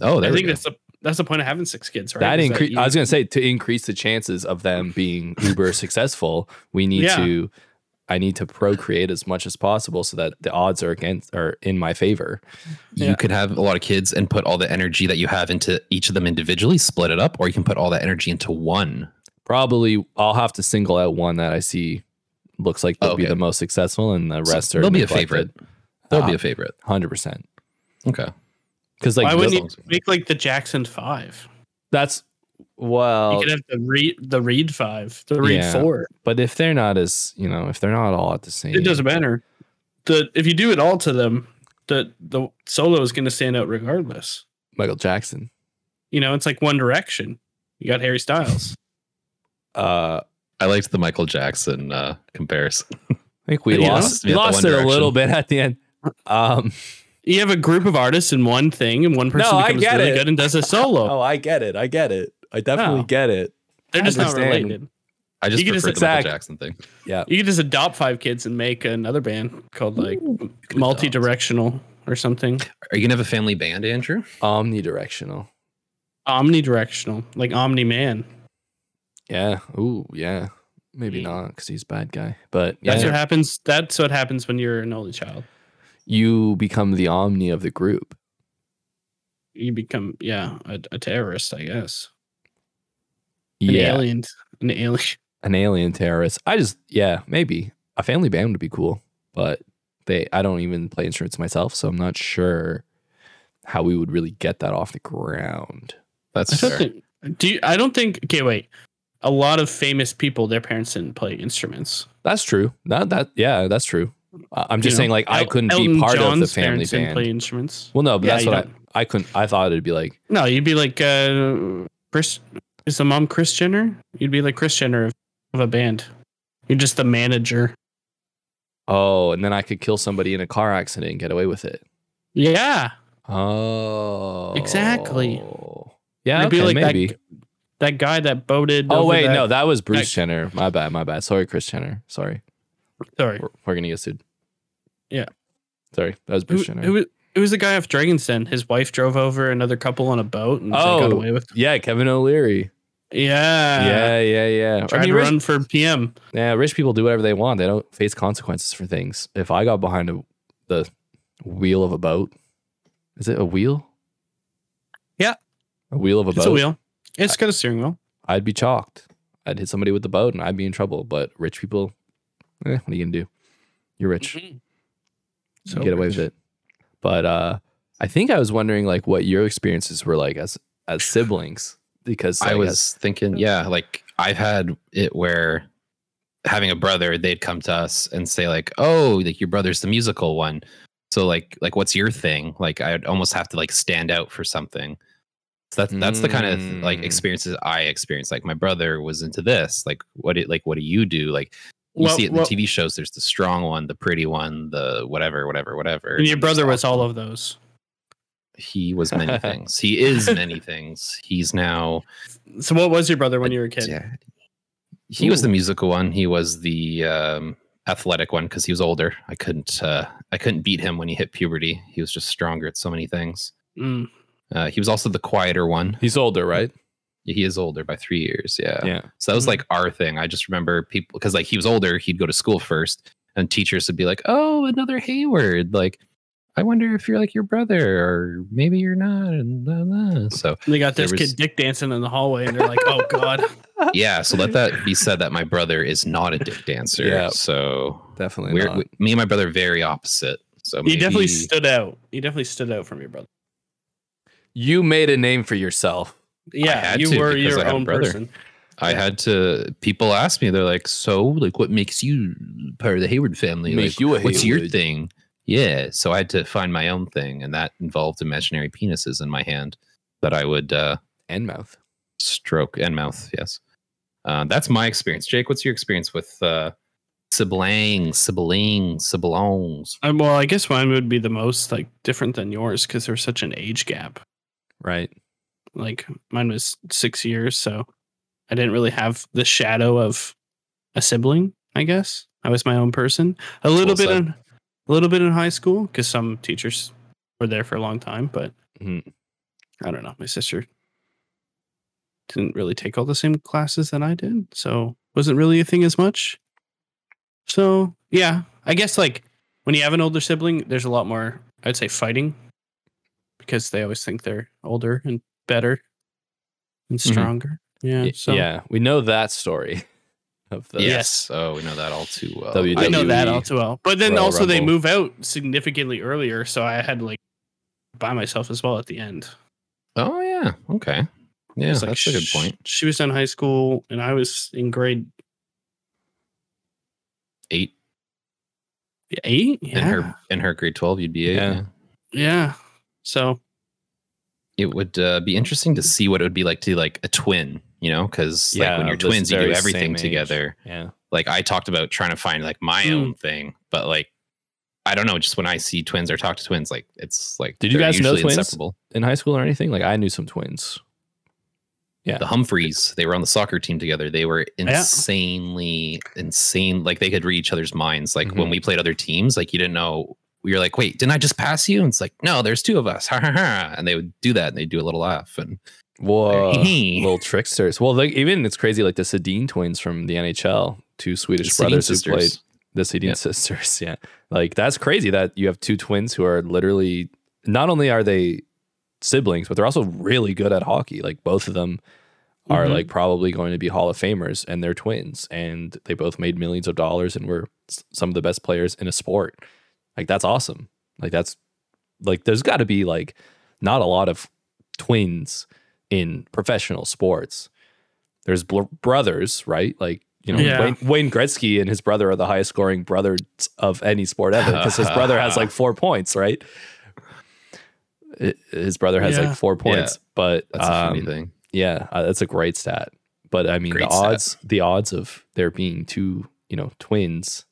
Speaker 2: Oh, there
Speaker 3: I
Speaker 2: we
Speaker 3: think
Speaker 2: go.
Speaker 3: that's the that's the point of having six kids, right?
Speaker 1: that
Speaker 3: Is
Speaker 1: increase.
Speaker 3: you-
Speaker 1: I was gonna say to increase the chances of them being uber successful, we need
Speaker 3: Yeah.
Speaker 1: to. I need to procreate as much as possible so that the odds are against are in my favor.
Speaker 2: you
Speaker 3: Yeah.
Speaker 2: could have a lot of kids and put all the energy that you have into each of them individually, split it up, or you can put all that energy into one.
Speaker 1: Probably, I'll have to single out one that I see looks like they'll be
Speaker 2: Okay.
Speaker 1: the most successful, and the
Speaker 2: So
Speaker 1: rest are.
Speaker 2: they'll be a favorite. They'll be
Speaker 1: Ah.
Speaker 2: a favorite.
Speaker 1: hundred percent.
Speaker 2: Okay.
Speaker 1: Because like
Speaker 3: Why wouldn't
Speaker 1: th-
Speaker 3: you make like the Jackson Five?
Speaker 1: that's well,
Speaker 3: You could have the read the read five, the read
Speaker 1: Oh. Yeah.
Speaker 3: four.
Speaker 1: but if they're not as you know, if they're not all at the same,
Speaker 3: It doesn't matter. The if you do it all to them, the the solo is going to stand out regardless.
Speaker 1: Michael Jackson.
Speaker 3: You know, it's like One Direction. You got Harry Styles.
Speaker 1: Uh,
Speaker 2: I liked the Michael Jackson uh, comparison.
Speaker 1: I think we
Speaker 3: You know?
Speaker 1: lost
Speaker 2: Yeah, the
Speaker 1: lost
Speaker 2: One
Speaker 1: it a
Speaker 2: Direction.
Speaker 1: little bit at the end. Um,
Speaker 3: You have a group of artists in one thing, and one person
Speaker 1: No, I
Speaker 3: becomes
Speaker 1: get
Speaker 3: really
Speaker 1: it.
Speaker 3: good and does a solo.
Speaker 1: Oh, I get it. I get it. I definitely
Speaker 3: Oh.
Speaker 1: get it.
Speaker 3: They're just not
Speaker 1: understand.
Speaker 3: related.
Speaker 2: I just
Speaker 3: You
Speaker 2: prefer
Speaker 3: can just
Speaker 2: the
Speaker 1: exact-
Speaker 2: Michael Jackson thing.
Speaker 1: Yeah.
Speaker 3: You could just adopt five kids and make another band called like
Speaker 2: could adopt.
Speaker 3: multi-directional or something.
Speaker 2: Are you gonna have a family band, Andrew?
Speaker 1: Omnidirectional.
Speaker 3: omnidirectional, like Omni Man.
Speaker 1: Yeah. Ooh, yeah. Maybe
Speaker 3: Yeah.
Speaker 1: not because he's a bad guy. But yeah,
Speaker 3: That's what happens. That's what happens when you're an only child.
Speaker 1: you become the omni of the group.
Speaker 3: You become, yeah, a, a terrorist, I guess. An
Speaker 1: Yeah.
Speaker 3: alien. An alien.
Speaker 1: An alien terrorist. I just, yeah, maybe. A family band would be cool. But they, I don't even play instruments myself. So I'm not sure how we would really get that off the ground.
Speaker 2: That's
Speaker 3: I
Speaker 2: fair.
Speaker 3: don't think. Do you, I don't think? Okay, wait. A lot of famous people, their parents didn't play instruments.
Speaker 1: That's true. That, that, yeah, that's true. I- I'm just
Speaker 3: You know,
Speaker 1: saying, like, I
Speaker 3: El-
Speaker 1: couldn't be
Speaker 3: Elton
Speaker 1: part of the
Speaker 3: John's
Speaker 1: family
Speaker 3: parents Didn't
Speaker 1: band.
Speaker 3: play instruments.
Speaker 1: Well, no, but
Speaker 3: Yeah,
Speaker 1: that's
Speaker 3: you
Speaker 1: what I,
Speaker 3: don't-
Speaker 1: I couldn't. I thought it'd be like,
Speaker 3: No, you'd be like uh, Chris. Is the mom Chris Jenner? You'd be like Chris Jenner of, of a band. You're just the manager.
Speaker 1: oh, and then I could kill somebody in a car accident and get away with it.
Speaker 3: Yeah,
Speaker 1: Oh,
Speaker 3: Exactly.
Speaker 1: Yeah,
Speaker 3: It'd be
Speaker 1: okay,
Speaker 3: like that
Speaker 1: maybe.
Speaker 3: that guy that boated.
Speaker 1: oh
Speaker 3: over
Speaker 1: wait,
Speaker 3: that-
Speaker 1: no, that was Bruce Jenner. My bad, my bad. Sorry, Chris Jenner. Sorry,
Speaker 3: Sorry,
Speaker 1: we're, we're gonna get sued.
Speaker 3: Yeah.
Speaker 1: sorry, that was
Speaker 3: who,
Speaker 1: Bruce Jenner.
Speaker 3: who was it was the guy off Dragon's Den. His wife drove over another couple on a boat and they got
Speaker 1: Oh.
Speaker 3: away with.
Speaker 1: yeah, Kevin O'Leary.
Speaker 3: Yeah,
Speaker 1: yeah, yeah, yeah. I
Speaker 3: Tried
Speaker 1: mean,
Speaker 3: to
Speaker 1: rich,
Speaker 3: run for PM.
Speaker 1: yeah, rich people do whatever they want. They don't face consequences for things. If I got behind a, the wheel of a boat, is it a wheel?
Speaker 3: Yeah.
Speaker 1: a wheel of a
Speaker 3: It's
Speaker 1: boat.
Speaker 3: a wheel. It's got a steering wheel.
Speaker 1: I'd be chalked. I'd hit somebody with the boat and I'd be in trouble. But rich people, eh, what are you gonna do? You're rich.
Speaker 3: Mm-hmm.
Speaker 1: You
Speaker 3: So
Speaker 1: get away
Speaker 3: rich.
Speaker 1: with it. But uh, I think I was wondering like what your experiences were like as as siblings because
Speaker 2: I
Speaker 1: like,
Speaker 2: was
Speaker 1: as-
Speaker 2: thinking, yeah, like I've had it where having a brother, they'd come to us and say like, "Oh, like your brother's the musical one." So like, like what's your thing? Like I'd almost have to like stand out for something. So that's that's the kind of like
Speaker 1: Mm.
Speaker 2: experiences I experienced. Like my brother was into this. Like what it like what do you do? Like you
Speaker 3: Well-
Speaker 2: see it in
Speaker 3: well-
Speaker 2: the TV shows. There's the strong one, the pretty one, the whatever, whatever, whatever.
Speaker 3: And your
Speaker 2: then there's
Speaker 3: brother was
Speaker 2: awesome
Speaker 3: all of those.
Speaker 2: he was many things. He is many things. He's now
Speaker 3: So what was your brother when you were a kid?
Speaker 2: yeah. He was
Speaker 1: Ooh.
Speaker 2: the musical one. He was the um, athletic one because he was older. I couldn't uh, I couldn't beat him when he hit puberty. He was just stronger at so many things.
Speaker 3: Mm.
Speaker 2: Uh, he was also the quieter one.
Speaker 1: he's older, right?
Speaker 2: He is older by three years. Yeah.
Speaker 1: Yeah.
Speaker 2: So that was
Speaker 3: Mhm.
Speaker 2: like our thing. I just remember people because like he was older, he'd go to school first, and teachers would be like, "Oh, another Hayward." Like, I wonder if you're like your brother, or maybe you're not. And blah, blah. so
Speaker 3: And They got
Speaker 2: There
Speaker 3: this
Speaker 2: was-
Speaker 3: kid dick dancing in the hallway, and they're like, "Oh God,
Speaker 2: yeah. So let that be said that my brother is not a dick dancer.
Speaker 1: Yeah.
Speaker 2: So
Speaker 1: Definitely
Speaker 2: we're,
Speaker 1: not.
Speaker 2: we- me and my brother are very opposite. So
Speaker 3: you definitely
Speaker 2: maybe-
Speaker 3: stood out. You definitely stood out from your brother."
Speaker 1: you made a name for yourself.
Speaker 3: Yeah,
Speaker 2: had
Speaker 3: you
Speaker 2: to
Speaker 3: were
Speaker 2: because I
Speaker 3: your
Speaker 2: had a
Speaker 3: own
Speaker 2: brother.
Speaker 3: person.
Speaker 2: I had to. People ask me, they're like, "So, like, what makes you part of the Hayward family?
Speaker 1: Makes
Speaker 2: Like,
Speaker 1: you a
Speaker 2: what's your
Speaker 1: Hayward."
Speaker 2: thing?" Yeah, so I had to find my own thing, and that involved imaginary penises in my hand that I would uh,
Speaker 1: And mouth.
Speaker 2: stroke and mouth. Yes, uh, that's my experience. Jake, what's your experience with uh, siblings, siblings, siblings?
Speaker 3: Um, well, I guess mine would be the most like different than yours because there was such an age gap.
Speaker 1: Right.
Speaker 3: Like mine was six years, so I didn't really have the shadow of a sibling. I guess I was my own person. A little
Speaker 2: Well
Speaker 3: bit,
Speaker 2: said.
Speaker 3: in, a little bit in high school because some teachers were there for a long time, but
Speaker 1: Mhm.
Speaker 3: I don't know. My sister didn't really take all the same classes that I did, so wasn't really a thing as much. So yeah, I guess like when you have an older sibling, there's a lot more. I'd say fighting because they always think they're older and better and
Speaker 2: Mhm.
Speaker 3: stronger. Yeah.
Speaker 1: Y-
Speaker 3: So
Speaker 1: yeah. We know that story of the
Speaker 3: Yes.
Speaker 2: Oh, we know that all too well.
Speaker 1: WWE.
Speaker 3: I know that
Speaker 1: WWE
Speaker 2: E,
Speaker 3: all too well. But then
Speaker 1: Royal
Speaker 3: also they
Speaker 1: Rumble.
Speaker 3: move out significantly earlier, so I had to like by myself as well at the end.
Speaker 2: Oh yeah. Okay. Yeah,
Speaker 3: It's
Speaker 2: that's
Speaker 3: like
Speaker 2: a good
Speaker 3: sh-
Speaker 2: point.
Speaker 3: She was in high school and I was in grade
Speaker 2: Eight
Speaker 3: eight. Yeah.
Speaker 2: in her in her grade twelve, you'd be uh, eight.
Speaker 1: Yeah.
Speaker 2: yeah.
Speaker 3: yeah. So
Speaker 2: It would uh, be interesting to see what it would be like to like a twin, you know, because like when
Speaker 1: Yeah,
Speaker 2: you're
Speaker 1: this
Speaker 2: twins, you do
Speaker 1: very same
Speaker 2: everything
Speaker 1: age.
Speaker 2: together.
Speaker 1: Yeah.
Speaker 2: Like I talked about trying to find like my
Speaker 3: Mm.
Speaker 2: own thing, but like I don't know, just when I see twins or talk to twins, like it's like
Speaker 1: Did you
Speaker 2: they're
Speaker 1: guys know
Speaker 2: usually
Speaker 1: twins?
Speaker 2: Inseparable.
Speaker 1: In high school or anything? Like I knew some twins. Yeah.
Speaker 2: The Humphreys, they were on the soccer team together. They were insanely insane. Like they could read each other's minds. Like when
Speaker 1: Mhm.
Speaker 2: we played other teams, like you didn't know. We were like, wait, didn't I just pass you? And it's like, no, there's two of us. Ha ha ha. And they would do that and they'd do a little laugh. And
Speaker 1: Whoa,
Speaker 2: Hey.
Speaker 1: little tricksters. Well, like, even it's crazy. Like the Sedin twins from the NHL, two Swedish
Speaker 2: Sedin
Speaker 1: brothers who
Speaker 2: sisters.
Speaker 1: played the Sedin
Speaker 2: Yeah.
Speaker 1: sisters. Yeah, like that's crazy that you have two twins who are literally not only are they siblings, but they're also really good at hockey. Like both of them are
Speaker 3: Mhm.
Speaker 1: like probably going to be Hall of Famers, and they're twins, and they both made millions of dollars and were s- some of the best players in a sport. Like that's awesome. Like that's like there's got to be like not a lot of twins in professional sports. There's bl- brothers, right? Like you know,
Speaker 3: Yeah.
Speaker 1: Wayne, Wayne Gretzky and his brother are the highest scoring brothers of any sport ever because his brother has like four points, right? I- His brother has
Speaker 3: Yeah.
Speaker 1: like four points, but
Speaker 2: That's a funny
Speaker 1: um,
Speaker 2: thing.
Speaker 1: yeah, uh, that's a great stat. But I mean,
Speaker 2: Great
Speaker 1: the
Speaker 2: stat.
Speaker 1: odds the odds of there being two you know twins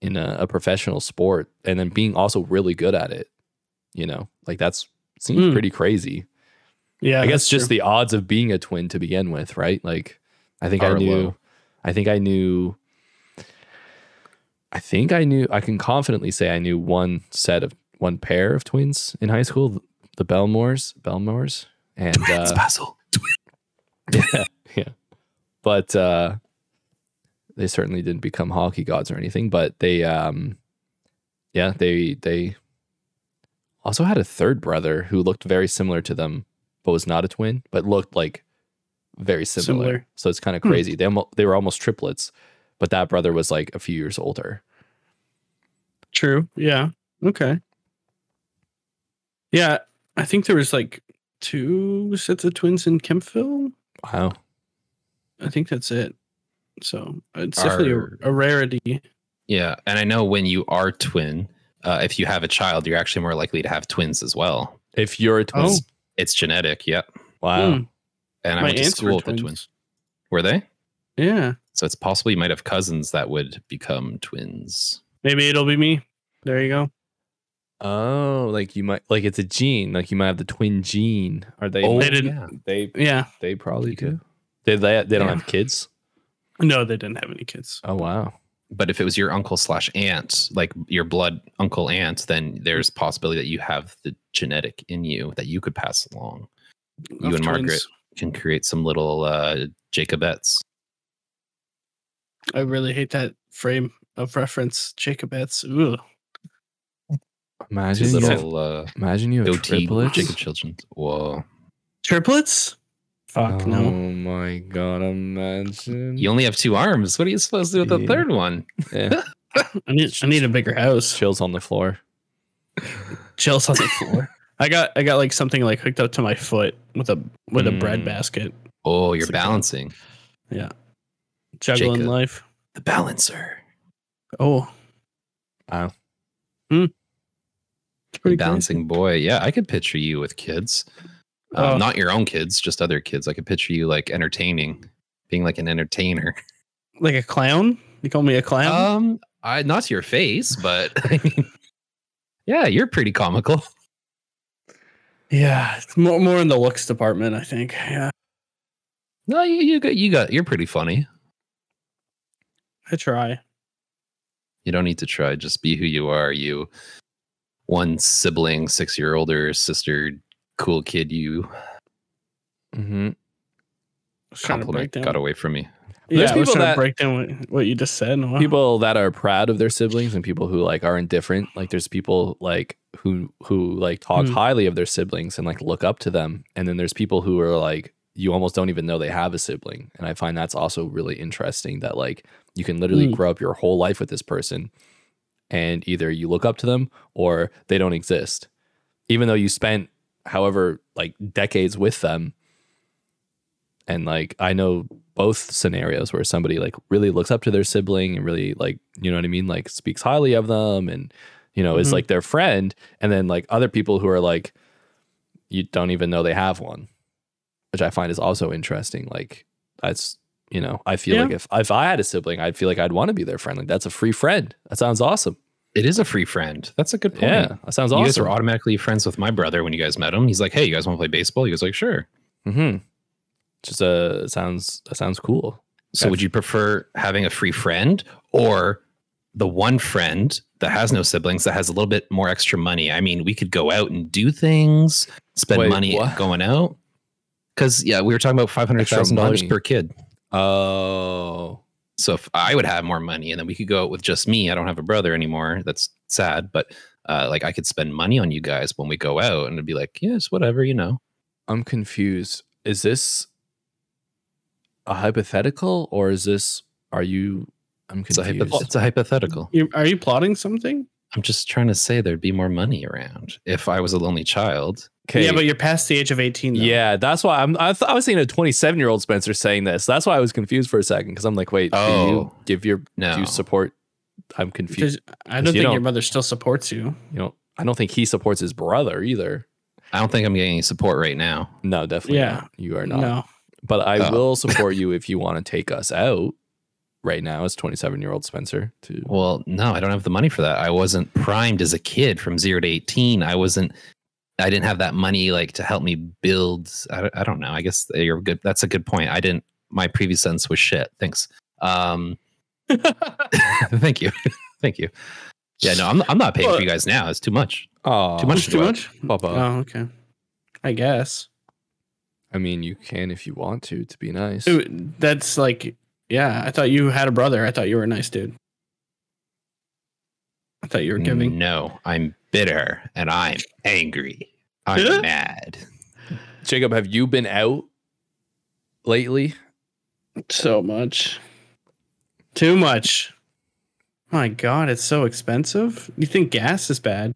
Speaker 1: in a, a professional sport and then being also really good at it, you know, like that's seems
Speaker 3: Hmm.
Speaker 1: pretty crazy.
Speaker 3: Yeah,
Speaker 1: I
Speaker 3: that's
Speaker 1: guess just
Speaker 3: true.
Speaker 1: the odds of being a twin to begin with, right? Like, I think I
Speaker 2: Are
Speaker 1: knew.
Speaker 2: low.
Speaker 1: I think I knew. I think I knew. I can confidently say I knew one set of one pair of twins in high school, the Belmores, Belmores, and uh,
Speaker 2: Basil.
Speaker 1: yeah, yeah. But uh, they certainly didn't become hockey gods or anything. But they, um, yeah, they they also had a third brother who looked very similar to them, but was not a twin, but looked like very similar.
Speaker 3: Similar.
Speaker 1: So it's kind of
Speaker 3: Hmm.
Speaker 1: crazy. They almo- they were almost triplets, but that brother was like a few years older.
Speaker 3: True. Yeah. Okay. Yeah, I think there was like two sets of twins in Kempville.
Speaker 1: Wow.
Speaker 3: I think that's it. So it's
Speaker 2: Are-
Speaker 3: definitely a, a rarity.
Speaker 2: Yeah, and I know when you are twin, uh, if you have a child, you're actually more likely to have twins as well.
Speaker 1: If you're a twin,
Speaker 3: Oh.
Speaker 2: It's genetic. Yeah,
Speaker 1: wow.
Speaker 3: Hmm.
Speaker 2: and I
Speaker 3: My
Speaker 2: went to
Speaker 3: aunts
Speaker 2: school
Speaker 3: were
Speaker 2: with a twin. Were they?
Speaker 3: Yeah,
Speaker 2: So it's possible you might have cousins that would become twins.
Speaker 3: maybe it'll be me. There you go.
Speaker 1: Oh, like you might like it's a gene. Like you might have the twin gene. Are they?
Speaker 2: Oh,
Speaker 3: they didn't-
Speaker 2: yeah.
Speaker 1: They
Speaker 3: Yeah.
Speaker 1: They probably
Speaker 2: do.
Speaker 1: do. They they, they don't
Speaker 2: Yeah.
Speaker 1: have kids.
Speaker 3: No, they didn't have any kids.
Speaker 1: Oh wow.
Speaker 2: But if it was your uncle slash aunt, like your blood uncle aunt, then there's possibility that you have the genetic in you that you could pass along. You
Speaker 3: Of
Speaker 2: and Margaret
Speaker 3: twins.
Speaker 2: can create some little uh, Jacobettes.
Speaker 3: I really hate that frame of reference. Jacobettes. Ooh.
Speaker 1: Imagine
Speaker 2: Two
Speaker 1: you have,
Speaker 2: little uh,
Speaker 1: imagine you have
Speaker 2: goatee
Speaker 1: triplets.
Speaker 2: Jacob children. Whoa.
Speaker 3: Triplets? Fuck
Speaker 1: Oh
Speaker 2: Um,
Speaker 3: no.
Speaker 1: my god! Imagine.
Speaker 2: You only have two arms. What are you supposed to do with the
Speaker 1: Mm. Yeah.
Speaker 2: third one?
Speaker 1: Yeah.
Speaker 3: I need I need a bigger house.
Speaker 1: Chills on the floor.
Speaker 3: Chill's on the floor. I got I got like something like hooked up to my foot with a with a bread
Speaker 1: Mm.
Speaker 3: basket.
Speaker 2: Oh, you're
Speaker 3: It's a-
Speaker 2: balancing.
Speaker 3: Juggling
Speaker 2: Jacob.
Speaker 3: life.
Speaker 2: The balancer.
Speaker 3: Oh.
Speaker 1: Wow.
Speaker 3: Hmm. It's
Speaker 2: The
Speaker 3: pretty crazy.
Speaker 2: balancing boy. Yeah, I could picture you with kids. Um,
Speaker 3: Oh.
Speaker 2: Not your own kids, just other kids. I could picture you like entertaining, being like an entertainer.
Speaker 3: Like a clown? You call me a clown?
Speaker 2: Um, I not to your face, but I mean, yeah, you're pretty comical.
Speaker 3: yeah. It's more more in the looks department, I think. Yeah.
Speaker 2: No, you, you got you got you're pretty funny.
Speaker 3: I try.
Speaker 2: You don't need to try. Just be who you are. You one sibling, six year older sister, cool kid. You
Speaker 1: Mm-hmm.
Speaker 3: I was trying to
Speaker 2: compliment
Speaker 3: break down.
Speaker 2: got away from me.
Speaker 3: Yeah,
Speaker 1: There's
Speaker 3: I was
Speaker 1: people
Speaker 3: trying
Speaker 1: that-
Speaker 3: to break down what, what you just said. and wow.
Speaker 1: People that are proud of their siblings and people who like are indifferent. Like there's people like who who like talk
Speaker 3: Hmm.
Speaker 1: highly of their siblings and like look up to them, and then there's people who are like you almost don't even know they have a sibling, and I find that's also really interesting. That like you can literally
Speaker 3: Hmm.
Speaker 1: grow up your whole life with this person, and either you look up to them or they don't exist, even though you spent however like decades with them and like i know both scenarios where somebody like really looks up to their sibling and really like you know what i mean like speaks highly of them and you know is
Speaker 2: Mm-hmm.
Speaker 3: Mhm.
Speaker 1: like their friend and then like other people who are like you don't even know they have one which i find is also interesting like that's you know i feel
Speaker 3: Yeah.
Speaker 1: like if if i had a sibling i'd feel like i'd want to be their friend like that's a free friend that sounds awesome
Speaker 2: It is a free friend. That's a good point.
Speaker 1: yeah that sounds
Speaker 2: You guys
Speaker 1: awesome
Speaker 2: were automatically friends with my brother when you guys met him. He's like, "Hey, you guys want to play baseball?" He was like, "Sure."
Speaker 1: mm-hmm. just a sounds that sounds cool
Speaker 2: So, would you prefer having a free friend or the one friend that has no siblings that has a little bit more extra money? I mean, we could go out and do things, spend
Speaker 1: Wait,
Speaker 2: money
Speaker 1: what?
Speaker 2: going out. Because yeah, we were talking about five hundred thousand dollars
Speaker 1: money.
Speaker 2: per kid.
Speaker 1: Oh,
Speaker 2: So if I would have more money, and then we could go out with just me. I don't have a brother anymore. That's sad, but uh, like I could spend money on you guys when we go out, and it'd be like, yes, whatever, you know.
Speaker 1: I'm confused. Is this a hypothetical or is this are you I'm
Speaker 2: It's a,
Speaker 1: confused. Mm-hmm.
Speaker 2: hypo- it's a hypothetical.
Speaker 3: You- Are you plotting something?
Speaker 2: I'm just trying to say there'd be more money around if I was a lonely child.
Speaker 1: okay.
Speaker 3: Yeah, but you're past the age of 18. Though.
Speaker 1: yeah, that's why I'm. I, th- I was thinking a 27 year old Spencer saying this. That's why I was confused for a second because I'm like, wait, do you
Speaker 2: Oh.
Speaker 1: give your
Speaker 2: No,
Speaker 1: do you support? I'm confused.
Speaker 3: Because I
Speaker 1: you
Speaker 3: don't think your
Speaker 1: don't-
Speaker 3: mother still supports you.
Speaker 1: You know, I don't think he supports his brother either.
Speaker 2: I don't think I'm getting any support right now.
Speaker 1: No, definitely.
Speaker 3: Yeah.
Speaker 1: not. you are not.
Speaker 3: No.
Speaker 1: But I
Speaker 2: Oh.
Speaker 1: will support you if you want to take us out. Right now, as 27 year old Spencer to
Speaker 2: Well, no, I don't have the money for that. I wasn't primed as a kid from zero to 18. I wasn't, I didn't have that money like to help me build. I, don't- I don't know. I guess you're good. That's a good point. I didn't, my previous sentence was shit. Thanks. Um, thank you. thank you. Yeah, no, I'm, I'm not paying for you guys now. It's too much.
Speaker 1: oh
Speaker 2: Too much.
Speaker 3: Too much?
Speaker 1: Bubba.
Speaker 3: Oh, okay. I guess.
Speaker 1: I mean, you can if you want to. To be nice,
Speaker 3: Ooh, that's like, yeah, I thought you had a brother. I thought you were a nice dude. I thought you were giving.
Speaker 2: No, I'm bitter and I'm angry. I'm
Speaker 3: Yeah?
Speaker 2: mad.
Speaker 1: Jacob, have you been out lately? Mm.
Speaker 3: So much. Too much. My God, it's so expensive. You think gas is bad?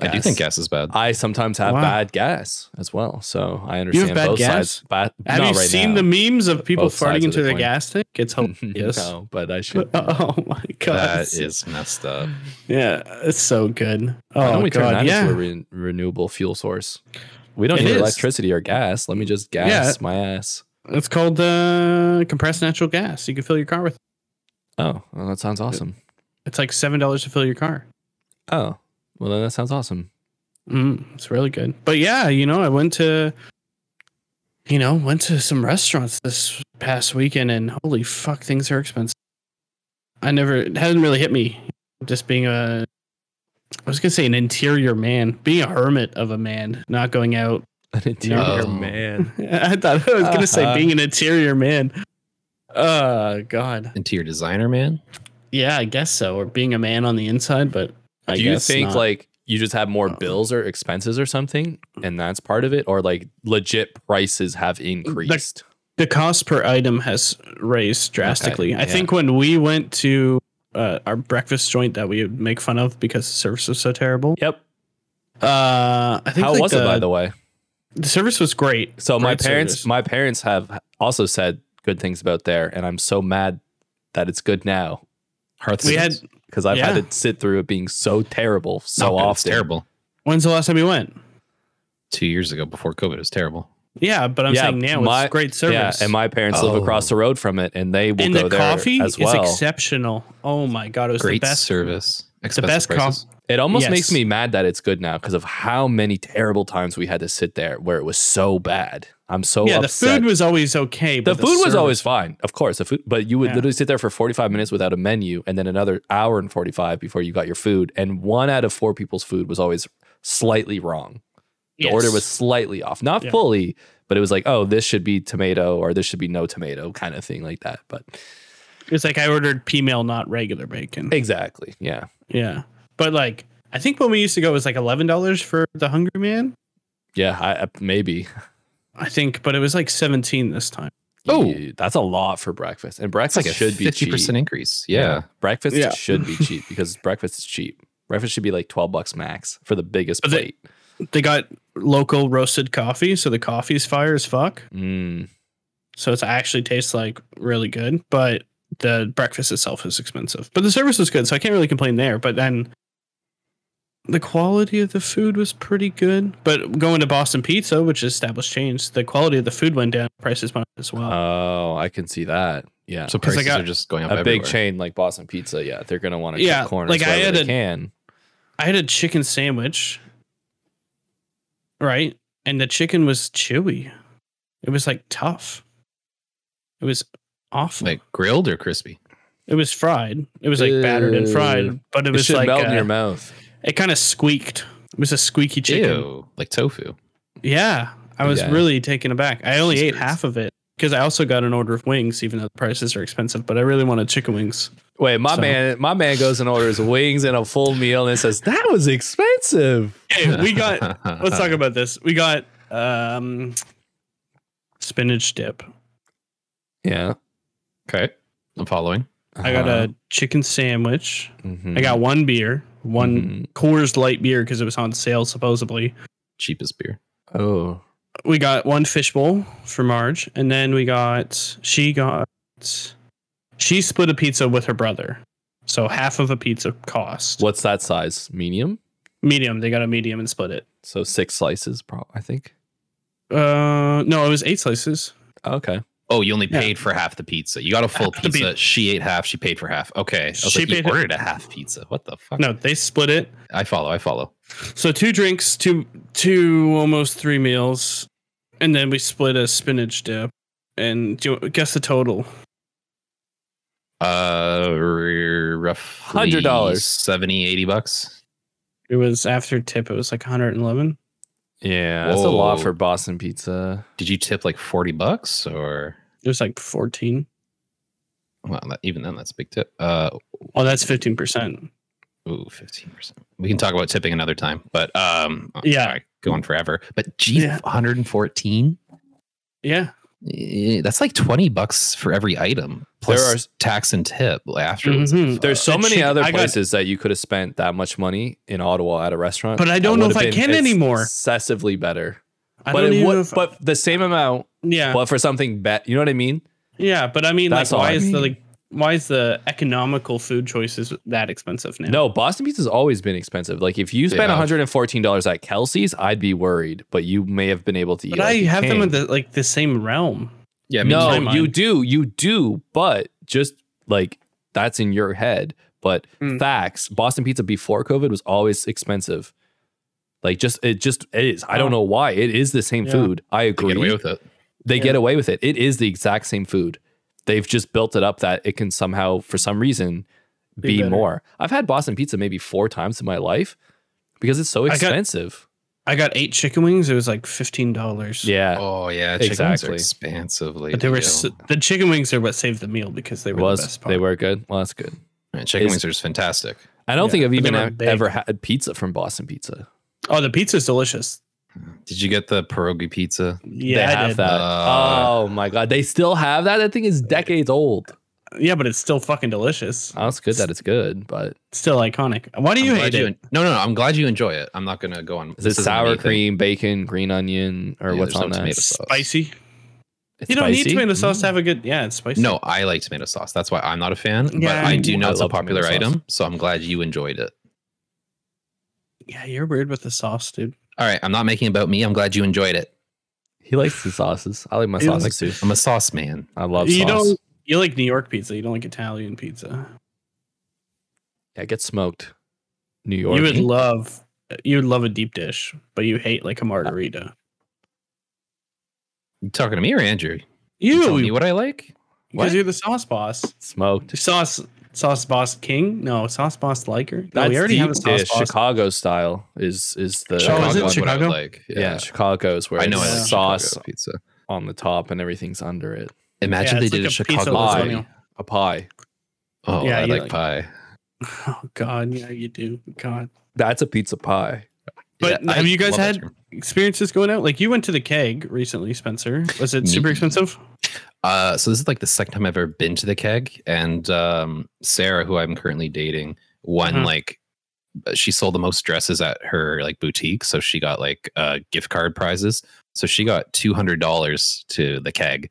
Speaker 2: I do
Speaker 1: Gas.
Speaker 2: think gas is bad.
Speaker 1: I sometimes have
Speaker 3: Wow.
Speaker 1: bad gas as well, so I understand
Speaker 3: bad
Speaker 1: both
Speaker 3: gas?
Speaker 1: sides. But
Speaker 3: Have
Speaker 1: not
Speaker 3: you
Speaker 1: right
Speaker 3: seen
Speaker 1: now.
Speaker 3: the memes of people
Speaker 1: Both sides
Speaker 3: farting
Speaker 1: of
Speaker 3: into
Speaker 1: the
Speaker 3: their
Speaker 1: coin.
Speaker 3: gas tank? It's hilarious.
Speaker 1: no, but I should.
Speaker 3: oh my God.
Speaker 2: That
Speaker 3: it's-
Speaker 2: is messed up.
Speaker 3: Yeah, it's so good.
Speaker 1: Why
Speaker 3: Oh
Speaker 1: don't we turn
Speaker 3: God,
Speaker 1: that
Speaker 3: yeah.
Speaker 1: into a re- renewable fuel source? We don't
Speaker 3: It
Speaker 1: need
Speaker 3: is.
Speaker 1: electricity or gas. Let me just gas
Speaker 3: Yeah.
Speaker 1: my ass.
Speaker 3: It's called uh, compressed natural gas. You can fill your car with.
Speaker 1: Oh, well, that sounds awesome.
Speaker 3: It's like seven dollars to fill your car.
Speaker 1: Oh, well then that sounds awesome.
Speaker 3: Mm, it's really good. But yeah, you know, I went to, you know, went to some restaurants this past weekend, and holy fuck, things are expensive. I never it hasn't really hit me, just being a, I was gonna say an interior man, being a hermit of a man, not going out.
Speaker 1: An interior
Speaker 2: Oh.
Speaker 1: man.
Speaker 3: I thought I was gonna say
Speaker 1: Uh-huh.
Speaker 3: being an interior man. Uh God.
Speaker 2: Into your designer, man.
Speaker 3: Yeah, I guess so. Or being a man on the inside, but I
Speaker 1: Do you
Speaker 3: guess
Speaker 1: think
Speaker 3: not.
Speaker 1: like you just have more
Speaker 3: Uh-uh.
Speaker 1: bills or expenses or something, and that's part of it, or like legit prices have increased?
Speaker 3: the cost per item has raised drastically. I
Speaker 1: yeah.
Speaker 3: think when we went to uh, our breakfast joint that we would make fun of because the service was so terrible.
Speaker 1: Yep.
Speaker 3: Uh, I think
Speaker 1: How
Speaker 3: like,
Speaker 1: was
Speaker 3: the,
Speaker 1: it by the way?
Speaker 3: the service was great.
Speaker 1: So my
Speaker 3: Great
Speaker 1: parents,
Speaker 3: service.
Speaker 1: my parents have also said good things about there, and I'm so mad that it's good now
Speaker 2: Hearthstone.
Speaker 3: We had
Speaker 1: because I've
Speaker 3: Yeah.
Speaker 1: had to sit through it being so terrible
Speaker 2: Not
Speaker 1: so
Speaker 2: good, It's
Speaker 1: often.
Speaker 2: terrible.
Speaker 3: when's the last time you went?
Speaker 2: Two years ago, before COVID, it was terrible.
Speaker 3: Yeah, but I'm
Speaker 1: Yeah,
Speaker 3: saying now
Speaker 1: my-
Speaker 3: it's great
Speaker 1: Yeah,
Speaker 3: service.
Speaker 1: and my parents live across
Speaker 2: Oh.
Speaker 1: the road from it, and they will
Speaker 3: and
Speaker 1: go
Speaker 3: the
Speaker 1: there
Speaker 3: coffee
Speaker 1: as well.
Speaker 3: is exceptional. Oh my god, it was
Speaker 2: Great
Speaker 3: the best.
Speaker 2: service. Expensive
Speaker 3: best com-
Speaker 2: prices.
Speaker 1: It almost makes
Speaker 3: Yes.
Speaker 1: me mad that it's good now because of how many terrible times we had to sit there where it was so bad. I'm so
Speaker 3: yeah, the
Speaker 1: upset.
Speaker 3: food was always okay.
Speaker 1: the
Speaker 3: But
Speaker 1: food was
Speaker 3: service-
Speaker 1: always fine, of course. The food, but you would
Speaker 3: Yeah.
Speaker 1: literally sit there for 45 minutes without a menu, and then another hour and 45 before you got your food. And one out of four people's food was always slightly wrong. The order
Speaker 3: Yes.
Speaker 1: was slightly off, not
Speaker 3: Yeah.
Speaker 1: fully, but it was like, oh, this should be tomato or this should be no tomato, kind of thing like that. But
Speaker 3: It's like I ordered P meal, not regular bacon.
Speaker 1: exactly, yeah,
Speaker 3: Yeah. But like I think when we used to go it was like eleven dollars for the Hungry Man.
Speaker 1: yeah, I, I- maybe.
Speaker 3: I think, but it was like seventeen this time.
Speaker 2: Oh.
Speaker 1: Yeah, that's a lot for breakfast, and breakfast
Speaker 2: It's like a
Speaker 1: should be
Speaker 2: fifty
Speaker 1: cheap.
Speaker 2: percent increase. Yeah.
Speaker 1: breakfast
Speaker 3: Yeah.
Speaker 1: should be cheap because breakfast is cheap. Breakfast should be like 12 bucks max for the biggest
Speaker 3: But they-
Speaker 1: plate.
Speaker 3: They got local roasted coffee, so the coffee's fire as fuck.
Speaker 1: Mm.
Speaker 3: So it's actually tastes like really good. But the breakfast itself is expensive. But the service was good, so I can't really complain there. But then the quality of the food was pretty good. But going to Boston Pizza, which is established chains, the quality of the food went down, prices went up as well.
Speaker 1: Oh, I can see that. Yeah.
Speaker 2: So
Speaker 3: 'Cause I
Speaker 2: prices
Speaker 3: got
Speaker 2: are just going up.
Speaker 1: a big
Speaker 2: everywhere.
Speaker 1: chain like Boston Pizza, yeah, they're gonna want to
Speaker 3: Yeah,
Speaker 1: cut corners
Speaker 3: like, I
Speaker 1: wherever
Speaker 3: had
Speaker 1: they
Speaker 3: a-
Speaker 1: can.
Speaker 3: I had a chicken sandwich, right? And the chicken was chewy. It was like tough. It was awful.
Speaker 2: Like grilled or crispy.
Speaker 3: it was fried. It was like battered and fried,
Speaker 1: Ew.
Speaker 3: but it
Speaker 1: It,
Speaker 3: was
Speaker 1: should
Speaker 3: like
Speaker 1: melt in
Speaker 3: uh,
Speaker 1: your mouth.
Speaker 3: it kind of squeaked. It was a squeaky chicken.
Speaker 2: Ew, like tofu.
Speaker 3: Yeah, I was
Speaker 1: Yeah.
Speaker 3: really taken aback. I only ate
Speaker 2: Cheeseburgers.
Speaker 3: half of it because I also got an order of wings, even though the prices are expensive. But I really wanted chicken wings.
Speaker 1: Wait, my
Speaker 3: So-
Speaker 1: man, my man goes and orders wings and a full meal and says that was expensive.
Speaker 3: Hey, we got. let's talk about this. We got um, spinach dip.
Speaker 1: Yeah,
Speaker 2: Okay, I'm following.
Speaker 3: I got a chicken sandwich.
Speaker 1: Mhm.
Speaker 3: I got one beer, one
Speaker 1: Mhm.
Speaker 3: Coors Light beer because it was on sale supposedly.
Speaker 2: Cheapest beer.
Speaker 1: Oh,
Speaker 3: We got one fishbowl for Marge, and then we got she got she split a pizza with her brother, so half of a pizza cost
Speaker 1: what's that size? Medium.
Speaker 3: medium. They got a medium and split it.
Speaker 1: So six slices, probably. I think.
Speaker 3: Uh, no, it was eight slices.
Speaker 1: Okay.
Speaker 2: Oh, you only
Speaker 3: Yeah.
Speaker 2: paid for half the pizza. You got a full
Speaker 3: Half the
Speaker 2: pizza. She ate half. She paid for half. Okay, I was
Speaker 3: She
Speaker 2: like, you
Speaker 3: paid-
Speaker 2: ordered a half pizza. What the fuck?
Speaker 3: No, they split it.
Speaker 2: I follow. I follow.
Speaker 3: So two drinks, two two almost three meals, and then we split a spinach dip. And do you, guess the total?
Speaker 2: Uh, r- roughly
Speaker 1: $100.
Speaker 2: 70, 80 bucks.
Speaker 3: It was after tip. It was like 111.
Speaker 1: Yeah, that's a lot
Speaker 2: Whoa.
Speaker 1: for Boston pizza.
Speaker 2: Did you tip like 40 bucks or?
Speaker 3: It was like 14.
Speaker 2: Well, that, even then, that's a big tip. Uh,
Speaker 3: Oh, that's 15 percent.
Speaker 2: ooh, 15%. We can talk about tipping another time, but um, oh,
Speaker 3: Yeah.
Speaker 2: sorry, go on forever. But geez,
Speaker 3: Yeah.
Speaker 2: 114?
Speaker 3: Yeah,
Speaker 2: Eh, That's like 20 bucks for every item. Plus
Speaker 1: There are-
Speaker 2: tax and tip afterwards.
Speaker 3: Mhm.
Speaker 2: Fuck.
Speaker 1: There's so
Speaker 3: That
Speaker 1: many
Speaker 3: chick-
Speaker 1: other
Speaker 3: I got-
Speaker 1: places that you could have spent that much money in Ottawa at a restaurant.
Speaker 3: But I
Speaker 1: that
Speaker 3: don't know
Speaker 1: would
Speaker 3: if
Speaker 1: have
Speaker 3: I
Speaker 1: been
Speaker 3: can anymore.
Speaker 1: Excessively better.
Speaker 3: I
Speaker 1: but
Speaker 3: don't
Speaker 1: it
Speaker 3: even
Speaker 1: would,
Speaker 3: know if-
Speaker 1: but the same amount,
Speaker 3: yeah,
Speaker 1: but for something bet. You know what I mean?
Speaker 3: yeah. But I mean, like,
Speaker 1: That's all
Speaker 3: why
Speaker 1: I
Speaker 3: is the
Speaker 1: mean.
Speaker 3: like, why is the economical food choices that expensive now?
Speaker 1: No, Boston pizza's always been expensive. Like if you spent
Speaker 2: Yeah.
Speaker 1: $114 at Kelsey's, I'd be worried, but you may have been able to eat.
Speaker 3: but
Speaker 1: like
Speaker 3: I
Speaker 1: a
Speaker 3: have them
Speaker 1: king.
Speaker 3: in the like the same realm.
Speaker 2: yeah, I mean,
Speaker 3: in
Speaker 1: No,
Speaker 3: my
Speaker 1: you
Speaker 3: mind.
Speaker 1: do, you do, but just like that's in your head. But
Speaker 3: Mm.
Speaker 1: facts, Boston pizza before COVID was always expensive. Like just it just is. I don't know why. It is the same
Speaker 3: Yeah.
Speaker 1: food. I
Speaker 2: to
Speaker 1: agree.
Speaker 2: get away with it.
Speaker 1: they
Speaker 3: Yeah.
Speaker 1: get away with it. It is the exact same food. They've just built it up that it can somehow, for some reason,
Speaker 3: Be
Speaker 1: be,
Speaker 3: better.
Speaker 1: more. I've had Boston pizza maybe four times in my life because it's so
Speaker 3: I got-
Speaker 1: expensive.
Speaker 3: I got eight chicken wings. It was like fifteen dollars.
Speaker 1: yeah,
Speaker 2: Oh, yeah. Chicken wings are
Speaker 1: Exactly.
Speaker 2: Expansively.
Speaker 3: But they were s the chicken wings are what saved the meal because they
Speaker 1: it
Speaker 3: were the
Speaker 1: was.
Speaker 3: best part.
Speaker 1: They were good. Well, that's good.
Speaker 2: chicken
Speaker 1: is-
Speaker 2: wings are just fantastic.
Speaker 1: I don't
Speaker 3: Yeah,
Speaker 1: think I've
Speaker 3: but they
Speaker 1: even
Speaker 3: were
Speaker 1: e-
Speaker 3: big.
Speaker 1: ever had pizza from Boston Pizza.
Speaker 3: Oh, the pizza's delicious.
Speaker 2: Did you get the pierogi pizza?
Speaker 3: Yeah,
Speaker 1: they
Speaker 3: I
Speaker 1: have
Speaker 3: did.
Speaker 1: that.
Speaker 2: Uh,
Speaker 1: oh my god, they still have that. That thing is decades old.
Speaker 3: Yeah, but it's still fucking delicious.
Speaker 1: uh, Oh, it's good that it's good, but
Speaker 3: Still iconic. Why do you
Speaker 2: I'm
Speaker 3: hate
Speaker 2: glad
Speaker 3: it?
Speaker 2: en- no, no, no. I'm glad you enjoy it. I'm not gonna go on.
Speaker 1: is
Speaker 2: this
Speaker 1: it
Speaker 2: isn't
Speaker 1: sour
Speaker 2: anything.
Speaker 1: cream, bacon, green onion, or
Speaker 2: Yeah,
Speaker 1: what's
Speaker 2: there's no
Speaker 1: on
Speaker 2: tomato
Speaker 1: that?
Speaker 2: sauce.
Speaker 3: Spicy.
Speaker 1: It's
Speaker 3: you don't need
Speaker 1: spicy?
Speaker 3: tomato sauce to
Speaker 1: Mm.
Speaker 3: have a good. Yeah, it's spicy.
Speaker 2: No, I like tomato sauce. That's why I'm not a fan.
Speaker 3: Yeah,
Speaker 2: but I
Speaker 3: I-
Speaker 2: do know
Speaker 1: I
Speaker 2: it's a
Speaker 1: love tomato
Speaker 2: popular
Speaker 1: sauce.
Speaker 2: item, so I'm glad you enjoyed it.
Speaker 3: Yeah, you're weird with the sauce, dude.
Speaker 2: All right, I'm not making about me. I'm glad you enjoyed it.
Speaker 1: He likes the sauces. I like my
Speaker 3: He
Speaker 1: sauces
Speaker 3: likes-
Speaker 1: too.
Speaker 2: I'm a sauce man.
Speaker 1: I love
Speaker 3: you
Speaker 1: sauce.
Speaker 3: don't. You like New York pizza. You don't like Italian pizza.
Speaker 1: Yeah, get smoked. New York.
Speaker 3: you would love. You would love a deep dish, but you hate like a margarita.
Speaker 2: You talking to me or Andrew? You
Speaker 3: You,
Speaker 2: telling me what I like?
Speaker 3: because
Speaker 2: What?
Speaker 3: you're the sauce boss.
Speaker 1: smoked.
Speaker 3: Sauce, sauce boss king. No, sauce boss liker. No,
Speaker 1: That's
Speaker 3: we already have a
Speaker 1: deep
Speaker 3: sauce
Speaker 1: dish.
Speaker 3: boss.
Speaker 1: Chicago style is is the
Speaker 3: Oh, is it
Speaker 2: Chicago's what I would
Speaker 3: Chicago?
Speaker 2: like.
Speaker 1: yeah. Chicago's where
Speaker 2: I know
Speaker 1: it's
Speaker 2: I like
Speaker 1: sauce
Speaker 2: Chicago pizza.
Speaker 1: on the top and everything's under it.
Speaker 2: Imagine
Speaker 3: Yeah,
Speaker 2: they
Speaker 3: it's
Speaker 2: did
Speaker 3: like
Speaker 2: a
Speaker 3: a pizza
Speaker 2: Chicago
Speaker 1: lasagna.
Speaker 2: pie.
Speaker 1: A pie.
Speaker 2: Oh,
Speaker 3: Yeah,
Speaker 2: I
Speaker 3: you
Speaker 2: like
Speaker 3: like-
Speaker 2: pie.
Speaker 3: Oh God, yeah, you do. God,
Speaker 1: That's a pizza pie.
Speaker 3: But
Speaker 2: Yeah, I
Speaker 3: have you guys
Speaker 2: love that
Speaker 3: had-
Speaker 2: term.
Speaker 3: experiences going out. Like you went to the keg recently, Spencer. Was it super
Speaker 2: Me-
Speaker 3: expensive?
Speaker 2: Uh, so this is like the second time I've ever been to the keg, and um, Sarah, who I'm currently dating, won
Speaker 1: Mm-hmm.
Speaker 3: Mhm.
Speaker 2: like uh, she sold the most dresses at her like boutique, so she got like uh, gift card prizes. So she got two hundred dollars to the keg,